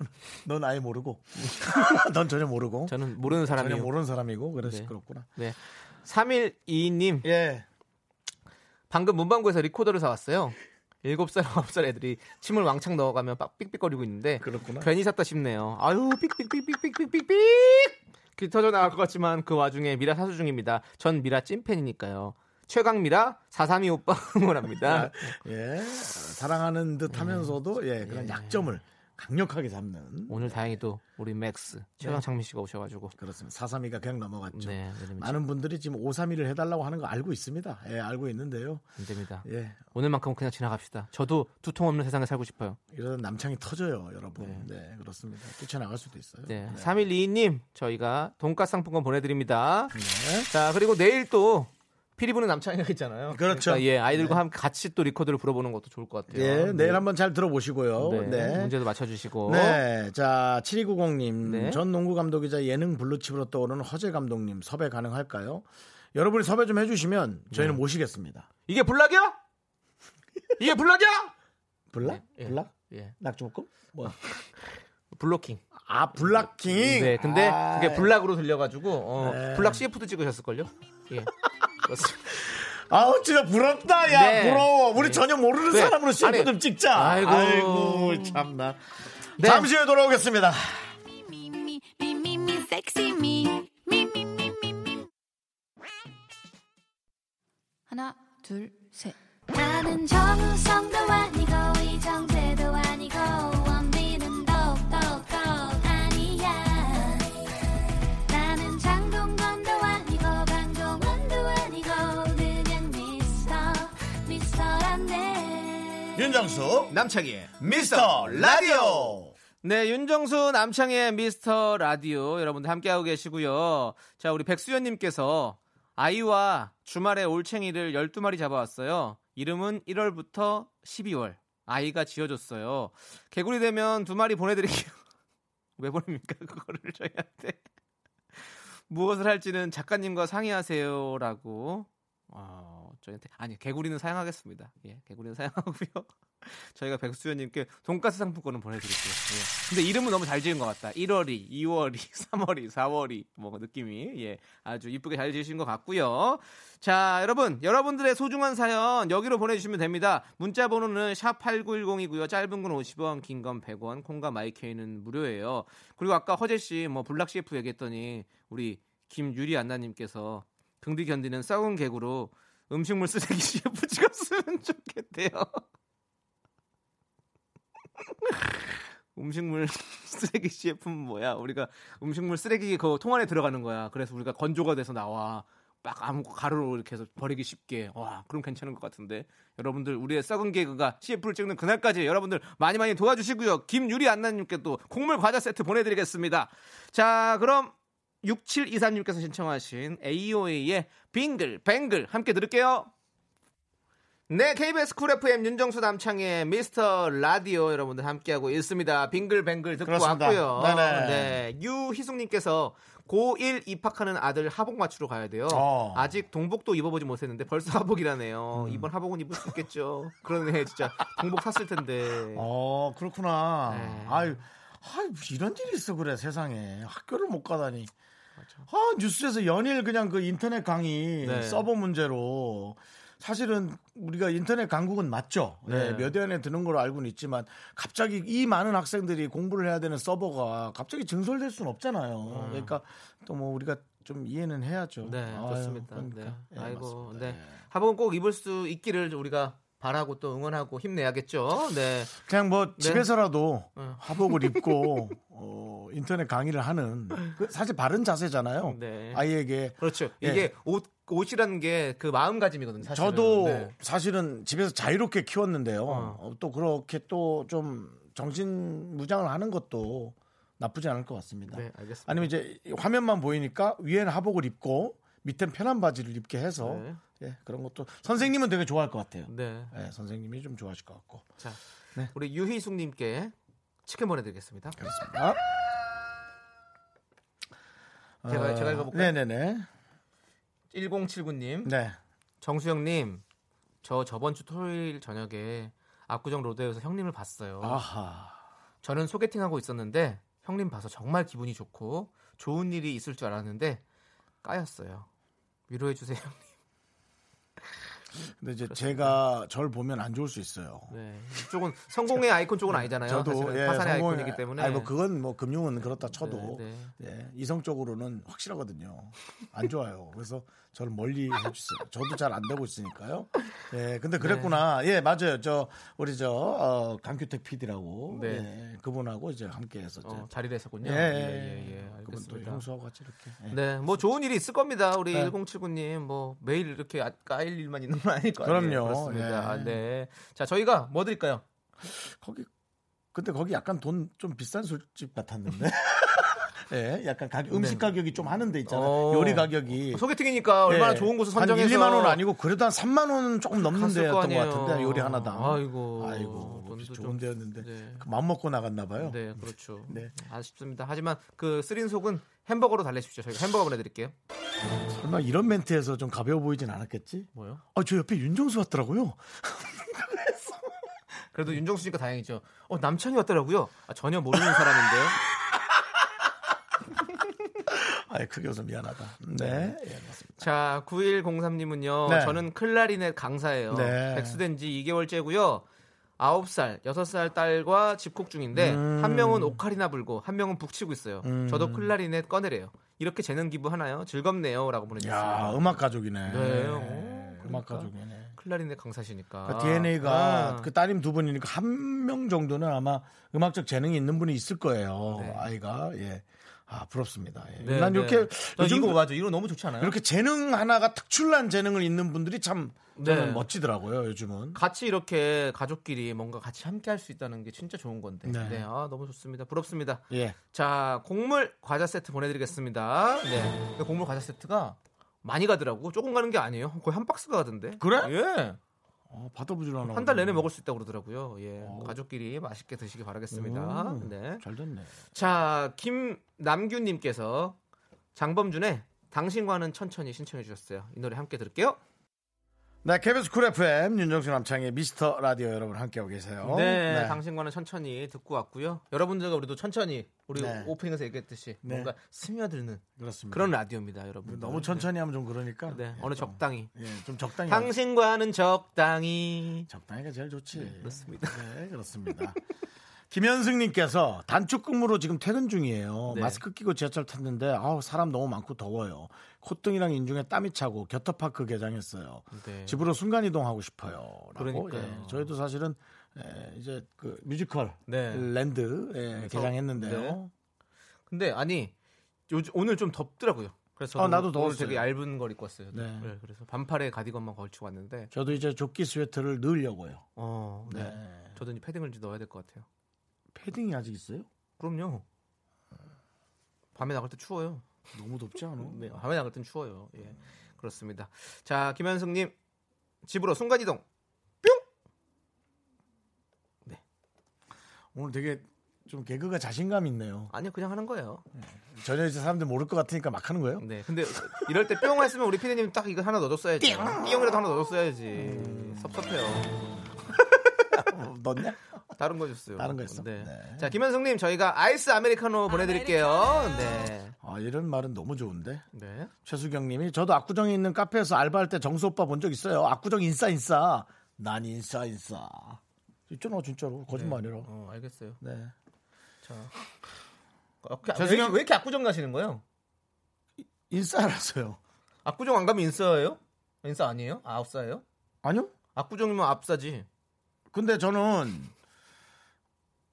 Speaker 1: 넌 아예 모르고. (laughs) 넌 전혀 모르고.
Speaker 2: 저는 모르는
Speaker 1: 전혀
Speaker 2: 사람이에요.
Speaker 1: 모르는 사람이고, 그래
Speaker 2: 네.
Speaker 1: 시끄럽구나.
Speaker 2: 네. 312님.
Speaker 1: 예.
Speaker 2: 방금 문방구에서 리코더를 사왔어요. 7살, 9살 애들이 침을 왕창 넣어가면 빡 삑삑거리고 있는데
Speaker 1: 그렇구나.
Speaker 2: 괜히 샀다 싶네요. 아유 삑삑삑삑삑삑삑삑 귀 터져 나갈 것 같지만 그 와중에 미라 사수 중입니다. 전 미라 찐팬이니까요. 최강 미라 432 오빠 (laughs) 응원합니다.
Speaker 1: 예, 사랑하는 듯 하면서도 예, 그런 약점을 강력하게 잡는
Speaker 2: 오늘 다행히도 우리 맥스 최강 창민 씨가 오셔가지고
Speaker 1: 그렇습니다. 사삼이가 네. 그냥 넘어갔죠.
Speaker 2: 네, 왜냐면
Speaker 1: 많은 분들이 지금 오삼이를 해달라고 하는 거 알고 있습니다. 예, 알고 있는데요.
Speaker 2: 안 됩니다.
Speaker 1: 예,
Speaker 2: 오늘만큼은 그냥 지나갑시다. 저도 두통 없는 세상에 살고 싶어요.
Speaker 1: 이러다 남창이 터져요, 여러분. 네, 그렇습니다. 뛰쳐나갈 수도 있어요.
Speaker 2: 네.
Speaker 1: 네.
Speaker 2: 3122님, 저희가 돈가스 상품권 보내드립니다. 자, 그리고 내일 또 피리부는 남창이가 있잖아요.
Speaker 1: 네. 그렇죠.
Speaker 2: 그러니까 예, 아이들과 함께 같이 또 리코더를 불어보는 것도 좋을 것 같아요.
Speaker 1: 예,
Speaker 2: 네.
Speaker 1: 내일 한번 잘 들어보시고요.
Speaker 2: 네,
Speaker 1: 네.
Speaker 2: 문제도 맞춰주시고.
Speaker 1: 네, 자 7290님
Speaker 2: 어? 네.
Speaker 1: 전 농구 감독이자 예능 블루칩으로 떠오르는 허재 감독님 섭외 가능할까요? 여러분이 섭외 좀 해주시면
Speaker 2: 네.
Speaker 1: 저희는 모시겠습니다.
Speaker 2: 이게 불락이야? 이게 불락이야?
Speaker 1: 블락,
Speaker 2: 예.
Speaker 1: 블락,
Speaker 2: 예.
Speaker 1: 낙조금? 뭐?
Speaker 2: 블로킹.
Speaker 1: 아 블락킹.
Speaker 2: 네, 근데
Speaker 1: 아,
Speaker 2: 그게 불락으로 들려가지고, 어,
Speaker 1: 네.
Speaker 2: 불락 CF도 찍으셨을걸요?
Speaker 1: (laughs)
Speaker 2: 예. 그렇습니다.
Speaker 1: 아우 진짜 부럽다 야
Speaker 2: 네.
Speaker 1: 부러워 우리
Speaker 2: 네.
Speaker 1: 전혀 모르는
Speaker 2: 네.
Speaker 1: 사람으로 CF
Speaker 2: 아니,
Speaker 1: 좀 찍자
Speaker 2: 아이고.
Speaker 1: 참나
Speaker 2: 네.
Speaker 1: 잠시 후에 돌아오겠습니다
Speaker 5: me, me, me, me, me, sexy me. Me, me, me, me, me.
Speaker 6: 하나, 둘, 셋.
Speaker 5: 나는 정우성도 아니고 이정재도 아니고
Speaker 1: 예. 윤정수
Speaker 2: 남창희의
Speaker 1: 미스터 라디오
Speaker 2: 네, 윤정수 남창의 미스터 라디오 여러분들 함께하고 계시고요. 자, 우리 백수연님께서 아이와 주말에 올챙이를 12마리 잡아왔어요. 이름은 1월부터 12월. 아이가 지어줬어요. 개구리 되면 두 마리 보내드릴게요. (laughs) 왜 보냅니까? 그거를 저희한테. (laughs) 무엇을 할지는 작가님과 상의하세요라고. 어, 저희한테. 아니, 개구리는 사양하겠습니다. 예, 개구리는 사양하고요. 저희가 백수연님께 돈가스 상품권은 보내드릴게요. 예. 근데 이름은 너무 잘 지은 것 같다. 1월이, 2월이, (laughs) 3월이, 4월이 뭐 느낌이 예 아주 이쁘게 잘 지으신 것 같고요. 자 여러분 여러분들의 소중한 사연 여기로 보내주시면 됩니다. 문자 번호는 샵 #8910이고요. 짧은 건 50원, 긴 건 100원, 콩과 마이케이는 무료예요. 그리고 아까 허재 씨뭐 블락 CF 얘기했더니 우리 김유리 안나님께서 긍디 견디는 싸운 개구로 음식물 쓰레기 (laughs) CF 찍었으면 좋겠대요. 음식물 (laughs) 쓰레기 CF는 뭐야? 우리가 음식물 쓰레기 그 통 안에 들어가는 거야. 그래서 우리가 건조가 돼서 나와. 막 아무 가루로 이렇게 해서 버리기 쉽게. 와, 그럼 괜찮은 것 같은데. 여러분들 우리의 썩은 개그가 CF를 찍는 그날까지 여러분들 많이 많이 도와주시고요. 김유리 안나님께 또 콩물 과자 세트 보내드리겠습니다. 자, 그럼 6723님께서 신청하신 AOA의 빙글 뱅글 함께 들을게요. 네, KBS 쿨 FM 윤정수 남창의 미스터 라디오 여러분들 함께하고 있습니다. 빙글뱅글 듣고
Speaker 1: 그렇습니다.
Speaker 2: 왔고요.
Speaker 1: 네네.
Speaker 2: 네, 유희숙님께서 고1 입학하는 아들 하복 맞추러 가야 돼요.
Speaker 1: 어.
Speaker 2: 아직 동복도 입어보지 못했는데 벌써 하복이라네요.
Speaker 1: 음.
Speaker 2: 이번 하복은 입을 수 있겠죠. 그러네, 진짜. 동복 샀을 텐데.
Speaker 1: 어 그렇구나
Speaker 2: 네.
Speaker 1: 아유 아유 이런 일이 있어 그래 세상에 학교를 못 가다니 아 뉴스에서 연일 그냥 그 인터넷 강의
Speaker 2: 네.
Speaker 1: 서버 문제로 사실은 우리가 인터넷 강국은 맞죠. 네.
Speaker 2: 네.
Speaker 1: 몇 년에 드는 걸로 알고는 있지만 갑자기 이 많은 학생들이 공부를 해야 되는 서버가 갑자기 증설될 수는 없잖아요. 그러니까 또 뭐 우리가 좀 이해는 해야죠.
Speaker 2: 음. 네,
Speaker 1: 아유,
Speaker 2: 그렇습니다.
Speaker 1: 그러니까.
Speaker 2: 네.
Speaker 1: 예,
Speaker 2: 아이고,
Speaker 1: 맞습니다.
Speaker 2: 네.
Speaker 1: 예.
Speaker 2: 하복은 꼭 입을 수 있기를 우리가 바라고 또 응원하고 힘내야겠죠. 네.
Speaker 1: 그냥 뭐 집에서라도
Speaker 2: 어. (laughs)
Speaker 1: 화복을 입고 어, 인터넷 강의를 하는 그 사실 바른 어. 자세잖아요.
Speaker 2: 네.
Speaker 1: 아이에게
Speaker 2: 그렇죠.
Speaker 1: 예.
Speaker 2: 이게 옷, 옷이라는 게 그 마음가짐이거든요, 네. 사실.
Speaker 1: 저도 사실은 집에서 자유롭게 키웠는데요.
Speaker 2: 어.
Speaker 1: 어, 또 그렇게 또 좀 정신 무장을 하는 것도 나쁘지 않을 것 같습니다.
Speaker 2: 네, 알겠습니다.
Speaker 1: 아니면 이제 화면만 보이니까 위엔 하복을 입고 밑엔 편한 바지를 입게 해서
Speaker 2: 네.
Speaker 1: 예, 그런 것도 선생님은 되게 좋아할 것 같아요.
Speaker 2: 네.
Speaker 1: 예, 선생님이 좀 좋아하실 것 같고.
Speaker 2: 자,
Speaker 1: 네.
Speaker 2: 우리 유희숙님께 치킨 보내드리겠습니다.
Speaker 1: 그렇습니다.
Speaker 2: 제가-
Speaker 1: 어,
Speaker 2: 아, 제가 읽어볼까요?
Speaker 1: 네네네.
Speaker 2: 1079님,
Speaker 1: 네.
Speaker 2: 정수영님, 저 저번 주 토요일 저녁에 압구정 로데오에서 형님을 봤어요.
Speaker 1: 아하.
Speaker 2: 저는 소개팅하고 있었는데 형님 봐서 정말 기분이 좋고 좋은 일이 있을 줄 알았는데 까였어요. 위로해 주세요.
Speaker 1: 근데 이제 제가 절 보면 안 좋을 수 있어요.
Speaker 2: 네. 이쪽은 성공의 아이콘 쪽은 아니잖아요. 사실은
Speaker 1: 예,
Speaker 2: 파산의
Speaker 1: 성공이-
Speaker 2: 아이콘이기 때문에.
Speaker 1: 아니 뭐 그건 뭐 금융은 그렇다 쳐도
Speaker 2: 네, 네.
Speaker 1: 예, 이성 쪽으로는 확실하거든요. 안 좋아요. 그래서 저를 멀리 해주세요. 저도 잘 안 되고 있으니까요. 예,
Speaker 2: 네.
Speaker 1: 근데 그랬구나. 예, 맞아요. 저 우리 저 어, 강규택 PD라고
Speaker 2: 네.
Speaker 1: 예, 그분하고 이제 함께해서 이제
Speaker 2: 어, 자리를 했었군요.
Speaker 1: 예, 예,
Speaker 2: 예, 예, 예.
Speaker 1: 그분 또
Speaker 2: 알겠습니다.
Speaker 1: 형수하고 같이 이렇게. 예.
Speaker 2: 네, 뭐 좋은 일이 있을 겁니다. 우리
Speaker 1: 네.
Speaker 2: 1079님 뭐 매일 이렇게 아- 까일 일만 있는 건 아닐 거예요.
Speaker 1: 그럼요. 예.
Speaker 2: 그렇습니다. 아, 네. 자, 저희가 뭐 드릴까요?
Speaker 1: 거기 근데 거기 약간 돈 좀 비싼 술집
Speaker 2: (laughs)
Speaker 1: 같았는데. 예, 약간 가격, 음식
Speaker 2: 네.
Speaker 1: 가격이 좀 하는 데 있잖아요.
Speaker 2: 어.
Speaker 1: 요리 가격이
Speaker 2: 소개팅이니까 얼마나
Speaker 1: 예.
Speaker 2: 좋은 곳을 선정해서
Speaker 1: 한 1, 2만 원 아니고 그래도 한 3만 원은 조금 넘는
Speaker 2: 갔을
Speaker 1: 데였던
Speaker 2: 거
Speaker 1: 것
Speaker 2: 아니에요.
Speaker 1: 같은데 요리 하나당.
Speaker 2: 아이고.
Speaker 1: 아이고, 뭐
Speaker 2: 돈도
Speaker 1: 좋은
Speaker 2: 좀-
Speaker 1: 데였는데
Speaker 2: 네.
Speaker 1: 그맘 먹고 나갔나 봐요.
Speaker 2: 네, 그렇죠.
Speaker 1: 네.
Speaker 2: 아쉽습니다. 하지만 그 쓰린 속은 햄버거로 달래십시오. 저희가 햄버거 보내 드릴게요.
Speaker 1: 설마 이런 멘트에서 좀 가벼워 보이진 않았겠지?
Speaker 2: 뭐요?
Speaker 1: 아, 저 옆에 윤정수 왔더라고요.
Speaker 2: 그래도 윤정수 씨가 다행이죠. 어, 남창이 왔더라고요. 아, 전혀 모르는
Speaker 1: (laughs)
Speaker 2: 사람인데요.
Speaker 1: 아이, 크게 웃어 미안하다. 네. 예, 맞습니다.
Speaker 2: 자, 9103님은요.
Speaker 1: 네.
Speaker 2: 저는 클라리넷 강사예요.
Speaker 1: 네.
Speaker 2: 백수된 지 2개월째고요. 9살, 6살 딸과 집콕 중인데
Speaker 1: 음.
Speaker 2: 한 명은 오카리나 불고 한 명은 북치고 있어요. 저도 클라리넷 꺼내래요. 이렇게 재능 기부 하나요? 즐겁네요라고
Speaker 1: 야,
Speaker 2: 보내주셨어요.
Speaker 1: 음악 가족이네.
Speaker 2: 네, 어,
Speaker 1: 음악
Speaker 2: 그러니까.
Speaker 1: 가족이네.
Speaker 2: 클라리넷 강사시니까
Speaker 1: 그러니까 DNA가
Speaker 2: 아.
Speaker 1: 그 따님 두 분이니까 한 명 정도는 아마 음악적 재능이 있는 분이 있을 거예요. 아이가 예. 아 부럽습니다. 예.
Speaker 2: 네,
Speaker 1: 난
Speaker 2: 네.
Speaker 1: 이렇게
Speaker 2: 저
Speaker 1: 요즘
Speaker 2: 이거 맞아. 이거 너무 좋지 않아요?
Speaker 1: 이렇게 재능 하나가 특출난 재능을 있는 분들이 참 저는
Speaker 2: 네.
Speaker 1: 멋지더라고요 요즘은.
Speaker 2: 같이 이렇게 가족끼리 뭔가 같이 함께 할 수 있다는 게 진짜 좋은 건데.
Speaker 1: 네.
Speaker 2: 네. 아, 너무 좋습니다. 부럽습니다.
Speaker 1: 예.
Speaker 2: 자, 곡물 과자 세트 보내드리겠습니다. 네. 근데 곡물 과자 세트가 많이 가더라고. 조금 가는 게 아니에요. 거의 한 박스가 가던데.
Speaker 1: 그래?
Speaker 2: 예.
Speaker 1: 어, 받아보질 않아.
Speaker 2: 한 달 내내 먹을 수 있다고 그러더라고요. 예. 가족끼리 맛있게 드시기 바라겠습니다.
Speaker 1: 어. 음.
Speaker 2: 네.
Speaker 1: 잘 됐네.
Speaker 2: 자, 김남규님께서 장범준의 당신과는 천천히 신청해 주셨어요. 이 노래 함께 들을게요.
Speaker 1: 네, KBS 쿨 FM 윤정수 남창의 미스터 라디오 여러분 함께하고 계세요.
Speaker 2: 네, 당신과는 천천히 듣고 왔고요. 여러분들과 우리도 천천히 우리
Speaker 1: 네.
Speaker 2: 오프닝에서 얘기했듯이
Speaker 1: 네.
Speaker 2: 뭔가 스며드는
Speaker 1: 그렇습니다.
Speaker 2: 그런 라디오입니다, 여러분.
Speaker 1: 너무 천천히 하면 좀 그러니까.
Speaker 2: 네,
Speaker 1: 예,
Speaker 2: 어느
Speaker 1: 좀,
Speaker 2: 적당히.
Speaker 1: 예, 좀 적당히. 하자.
Speaker 2: 당신과는 적당히.
Speaker 1: 적당히가 제일 좋지.
Speaker 2: 그렇습니다.
Speaker 1: 네, 그렇습니다. 김현승님께서 단축근무로 지금 퇴근 중이에요.
Speaker 2: 네.
Speaker 1: 마스크 끼고 지하철 탔는데 아우 사람 너무 많고 더워요. 콧등이랑 인중에 땀이 차고 겨터파크 개장했어요.
Speaker 2: 네.
Speaker 1: 집으로 순간 이동하고 싶어요. 라고
Speaker 2: 그러니까요.
Speaker 1: 예, 저희도 사실은 예, 이제 그 뮤지컬
Speaker 2: 네.
Speaker 1: 랜드 예, 개장했는데요.
Speaker 2: 근데 아니 요즘 오늘 좀 덥더라고요. 그래서
Speaker 1: 아,
Speaker 2: 오늘-
Speaker 1: 나도
Speaker 2: 오늘
Speaker 1: 더웠어요.
Speaker 2: 되게 얇은 걸 입고 왔어요.
Speaker 1: 네.
Speaker 2: 네, 그래서 반팔에 가디건만 걸치고 왔는데
Speaker 1: 저도 이제 조끼 스웨터를 넣으려고요.
Speaker 2: 어, 네.
Speaker 1: 네.
Speaker 2: 저도 이제 패딩을 이제 넣어야 될 것 같아요.
Speaker 1: 패딩이 아직 있어요?
Speaker 2: 그럼요. 밤에 나갈 때 추워요.
Speaker 1: 너무 덥지 않아?
Speaker 2: 네, 밤에 나갈 땐 추워요. 예. 그렇습니다. 자, 김현승 님. 집으로 순간 이동.
Speaker 1: 오늘 되게 좀 개그가 자신감 있네요.
Speaker 2: 아니요, 그냥 하는 거예요.
Speaker 1: 전혀 이제 사람들 모를 것 같으니까 막 하는 거예요.
Speaker 2: 네. 근데 이럴 때 뿅 했으면 우리 피디님 딱 이거 하나 넣어줬어야지. 뿅이라도 하나 넣어줬어야지. 섭섭해요.
Speaker 1: 어, 넣냐?
Speaker 2: 다른 거 줬어요.
Speaker 1: 다른 거 있어?
Speaker 2: 네.
Speaker 1: 네.
Speaker 2: 자, 김현승 님, 저희가 아이스 아메리카노 보내드릴게요. 네.
Speaker 1: 아, 이런 말은 너무 좋은데.
Speaker 2: 네.
Speaker 1: 최수경님이 저도 압구정에 있는 카페에서 알바할 때 정수 오빠 본 적 있어요. 압구정 인싸 인싸. 난 인싸 인싸. 있잖아 진짜로 거짓말이라.
Speaker 2: 어, 알겠어요.
Speaker 1: 네.
Speaker 2: 자. 죄송해요. 왜 이렇게 압구정 가시는 거예요?
Speaker 1: 인싸라서요.
Speaker 2: 압구정 안 가면 인싸예요? 인싸 아니에요? 아, 앞사예요?
Speaker 1: 아니요.
Speaker 2: 압구정이면 (laughs) 앞사지.
Speaker 1: 근데 저는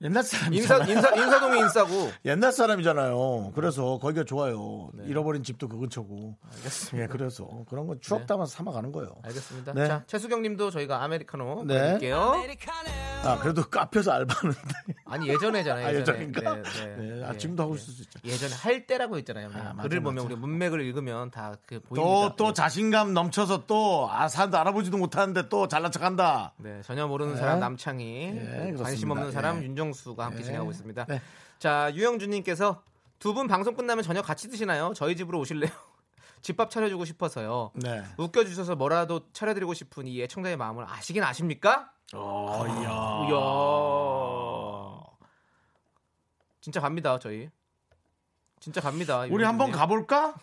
Speaker 1: 옛날
Speaker 2: 인사
Speaker 1: 사람이잖아요.
Speaker 2: 인사 인사동이 인싸고.
Speaker 1: 옛날 사람이잖아요. 그래서 거기가 좋아요. 잃어버린 집도 그 근처고.
Speaker 2: 음. 네. 알겠습니다.
Speaker 1: 예, 그래서 그런 건 추억
Speaker 2: 네.
Speaker 1: 담아서 삼아가는 거예요.
Speaker 2: 알겠습니다.
Speaker 1: 네.
Speaker 2: 자, 최수경님도 저희가 아메리카노
Speaker 1: 네.
Speaker 2: 보내드릴게요.
Speaker 1: 아 그래도 카페에서 알바하는데.
Speaker 2: 아니 예전에잖아요.
Speaker 1: 아,
Speaker 2: 예전에.
Speaker 1: 예전인가?
Speaker 2: 네, 네,
Speaker 1: 네, 아,
Speaker 2: 네,
Speaker 1: 지금도 하고
Speaker 2: 네.
Speaker 1: 있을 수 있죠.
Speaker 2: 예전에 할 때라고 했잖아요.
Speaker 1: 아, 맞아,
Speaker 2: 글을 보면
Speaker 1: 맞아.
Speaker 2: 우리 문맥을 읽으면 다 그
Speaker 1: 또,
Speaker 2: 보입니다.
Speaker 1: 또 자신감 넘쳐서 또, 아, 사람도 알아보지도 못하는데 또 잘난 척 한다.
Speaker 2: 네, 전혀 모르는 사람 남창이 관심
Speaker 1: 예, 그렇습니다.
Speaker 2: 없는 사람
Speaker 1: 예.
Speaker 2: 윤정수가 함께 진행하고 있습니다.
Speaker 1: 네.
Speaker 2: 자, 유영준님께서 두 분 방송 끝나면 저녁 같이 드시나요? 저희 집으로 오실래요? (laughs) 집밥 차려주고 싶어서요.
Speaker 1: 네.
Speaker 2: 웃겨주셔서 뭐라도 차려드리고 싶은 이 애청자의 마음을 아시긴 아십니까?
Speaker 1: 어, 이야.
Speaker 2: 이야. 진짜 갑니다, 저희. 진짜 갑니다.
Speaker 1: 우리
Speaker 2: 유영준님.
Speaker 1: 한번 가볼까?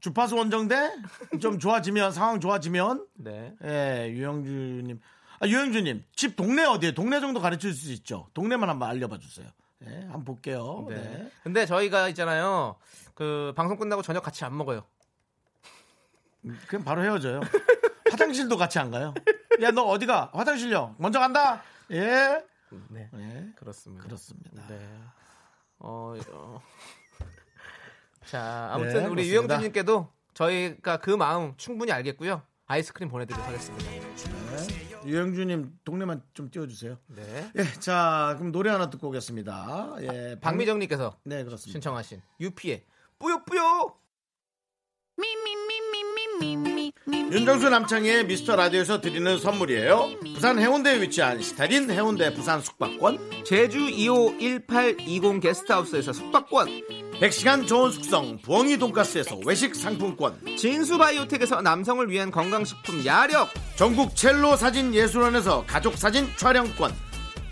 Speaker 1: 주파수 원정대? 좀 좋아지면, 상황 좋아지면?
Speaker 2: 네.
Speaker 1: 예, 유영주님. 아, 유영주님. 집 동네 어디에요? 동네 정도 가르칠 수 있죠. 동네만 한번 알려봐 주세요. 예, 한번 볼게요.
Speaker 2: 네.
Speaker 1: 네.
Speaker 2: 근데 저희가 있잖아요. 그 방송 끝나고 저녁 같이 안 먹어요.
Speaker 1: 네. 그냥 바로 헤어져요. 화장실도 같이 안 가요. 야, 너 어디가? 화장실요. 먼저 간다. 예.
Speaker 2: 네.
Speaker 1: 예.
Speaker 2: 그렇습니다.
Speaker 1: 그렇습니다.
Speaker 2: 네. 어, 어. (laughs) 자, 아무튼
Speaker 1: 네,
Speaker 2: 우리
Speaker 1: 그렇습니다.
Speaker 2: 유영준님께도 저희가 그 마음 충분히 알겠고요. 아이스크림 보내드리도록 하겠습니다.
Speaker 1: 유영주님 동네만 좀 띄워주세요.
Speaker 2: 네.
Speaker 1: 예, 자 그럼 노래 하나 듣고 오겠습니다. 예,
Speaker 2: 박미정님께서
Speaker 1: 네 그렇습니다.
Speaker 2: 신청하신 유피의 뿌요뿌요!
Speaker 5: Me, me, me, me, me, me, me, me, me.
Speaker 1: 윤정수 남창의 미스터 라디오에서 드리는 선물이에요. 부산 해운대에 위치한 시타딘 해운대 부산 숙박권,
Speaker 2: 제주 2호 1820 게스트하우스에서 숙박권,
Speaker 1: 100시간 좋은 숙성 부엉이 돈가스에서 외식 상품권,
Speaker 2: 진수바이오텍에서 남성을 위한 건강식품 야력,
Speaker 1: 전국 첼로 사진 예술원에서 가족 사진 촬영권,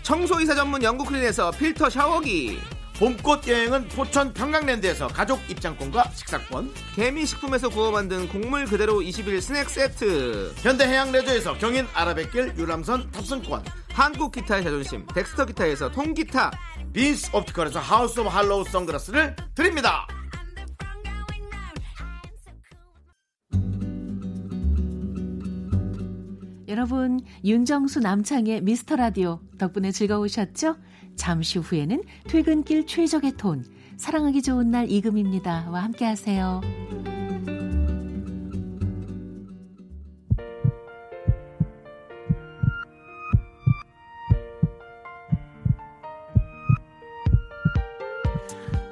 Speaker 2: 청소이사 전문 영국클린에서 필터 샤워기,
Speaker 1: 봄꽃 여행은 포천 평강랜드에서 가족 입장권과 식사권,
Speaker 2: 개미식품에서 구워 만든 곡물 그대로 21 스낵 세트,
Speaker 1: 현대해양레저에서 경인 아라뱃길 유람선 탑승권,
Speaker 2: 한국 기타의 자존심, 덱스터 기타에서 통기타,
Speaker 1: 빈스 옵티컬에서 하우스 오브 할로우 선글라스를 드립니다.
Speaker 5: I'm the wrong going round. I am so cool.
Speaker 10: 여러분, 윤정수 남창의 미스터 라디오 덕분에 즐거우셨죠? 잠시 후에는 퇴근길 최적의 톤, 사랑하기 좋은 날 이금입니다와 함께하세요.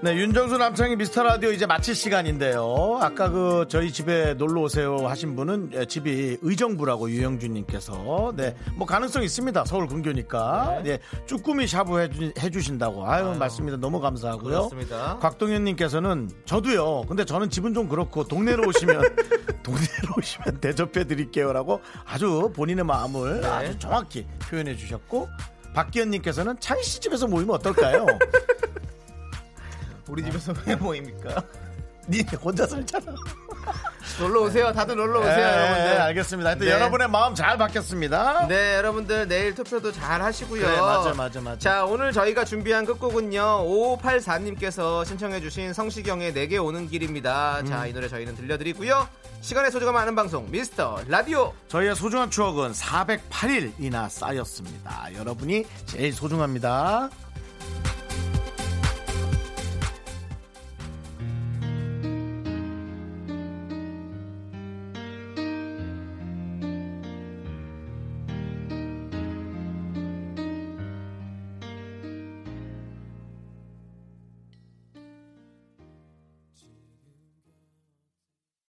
Speaker 1: 네, 윤정수 남창희 미스터 라디오 이제 마칠 시간인데요. 아까 그 저희 집에 놀러 오세요 하신 분은 예, 집이 의정부라고 유영준님께서 네, 뭐 가능성 있습니다. 서울 근교니까 네. 쭈꾸미 샤브 해주, 해주신다고 아유, 맞습니다. 너무 감사하고요.
Speaker 2: 그렇습니다.
Speaker 1: 곽동현님께서는 저도요. 근데 저는 집은 좀 그렇고 동네로 오시면
Speaker 2: (laughs)
Speaker 1: 동네로 오시면 대접해 드릴게요라고 아주 본인의 마음을
Speaker 2: 네.
Speaker 1: 아주 정확히 표현해 주셨고 박기현님께서는 창희 씨 집에서 모이면
Speaker 2: (laughs)
Speaker 1: 어떨까요?
Speaker 2: 우리 집에서 왜 모입니까?
Speaker 1: 니 혼자 살잖아.
Speaker 2: 놀러 오세요. 다들 놀러 오세요,
Speaker 1: 예,
Speaker 2: 여러분들.
Speaker 1: 예, 알겠습니다. 하여튼
Speaker 2: 네.
Speaker 1: 여러분의 마음 잘 받겠습니다.
Speaker 2: 네, 여러분들 내일 투표도 잘 하시고요.
Speaker 1: 그래, 네, 맞아, 맞아, 맞아.
Speaker 2: 자, 오늘 저희가 준비한 끝곡은요. 5584님께서 신청해주신 성시경의 내게 오는 길입니다. 자, 이 노래 저희는 들려드리고요. 시간의 소중함 아는 방송 미스터 라디오.
Speaker 1: 저희의 소중한 추억은 408일이나 쌓였습니다. 여러분이 제일 소중합니다.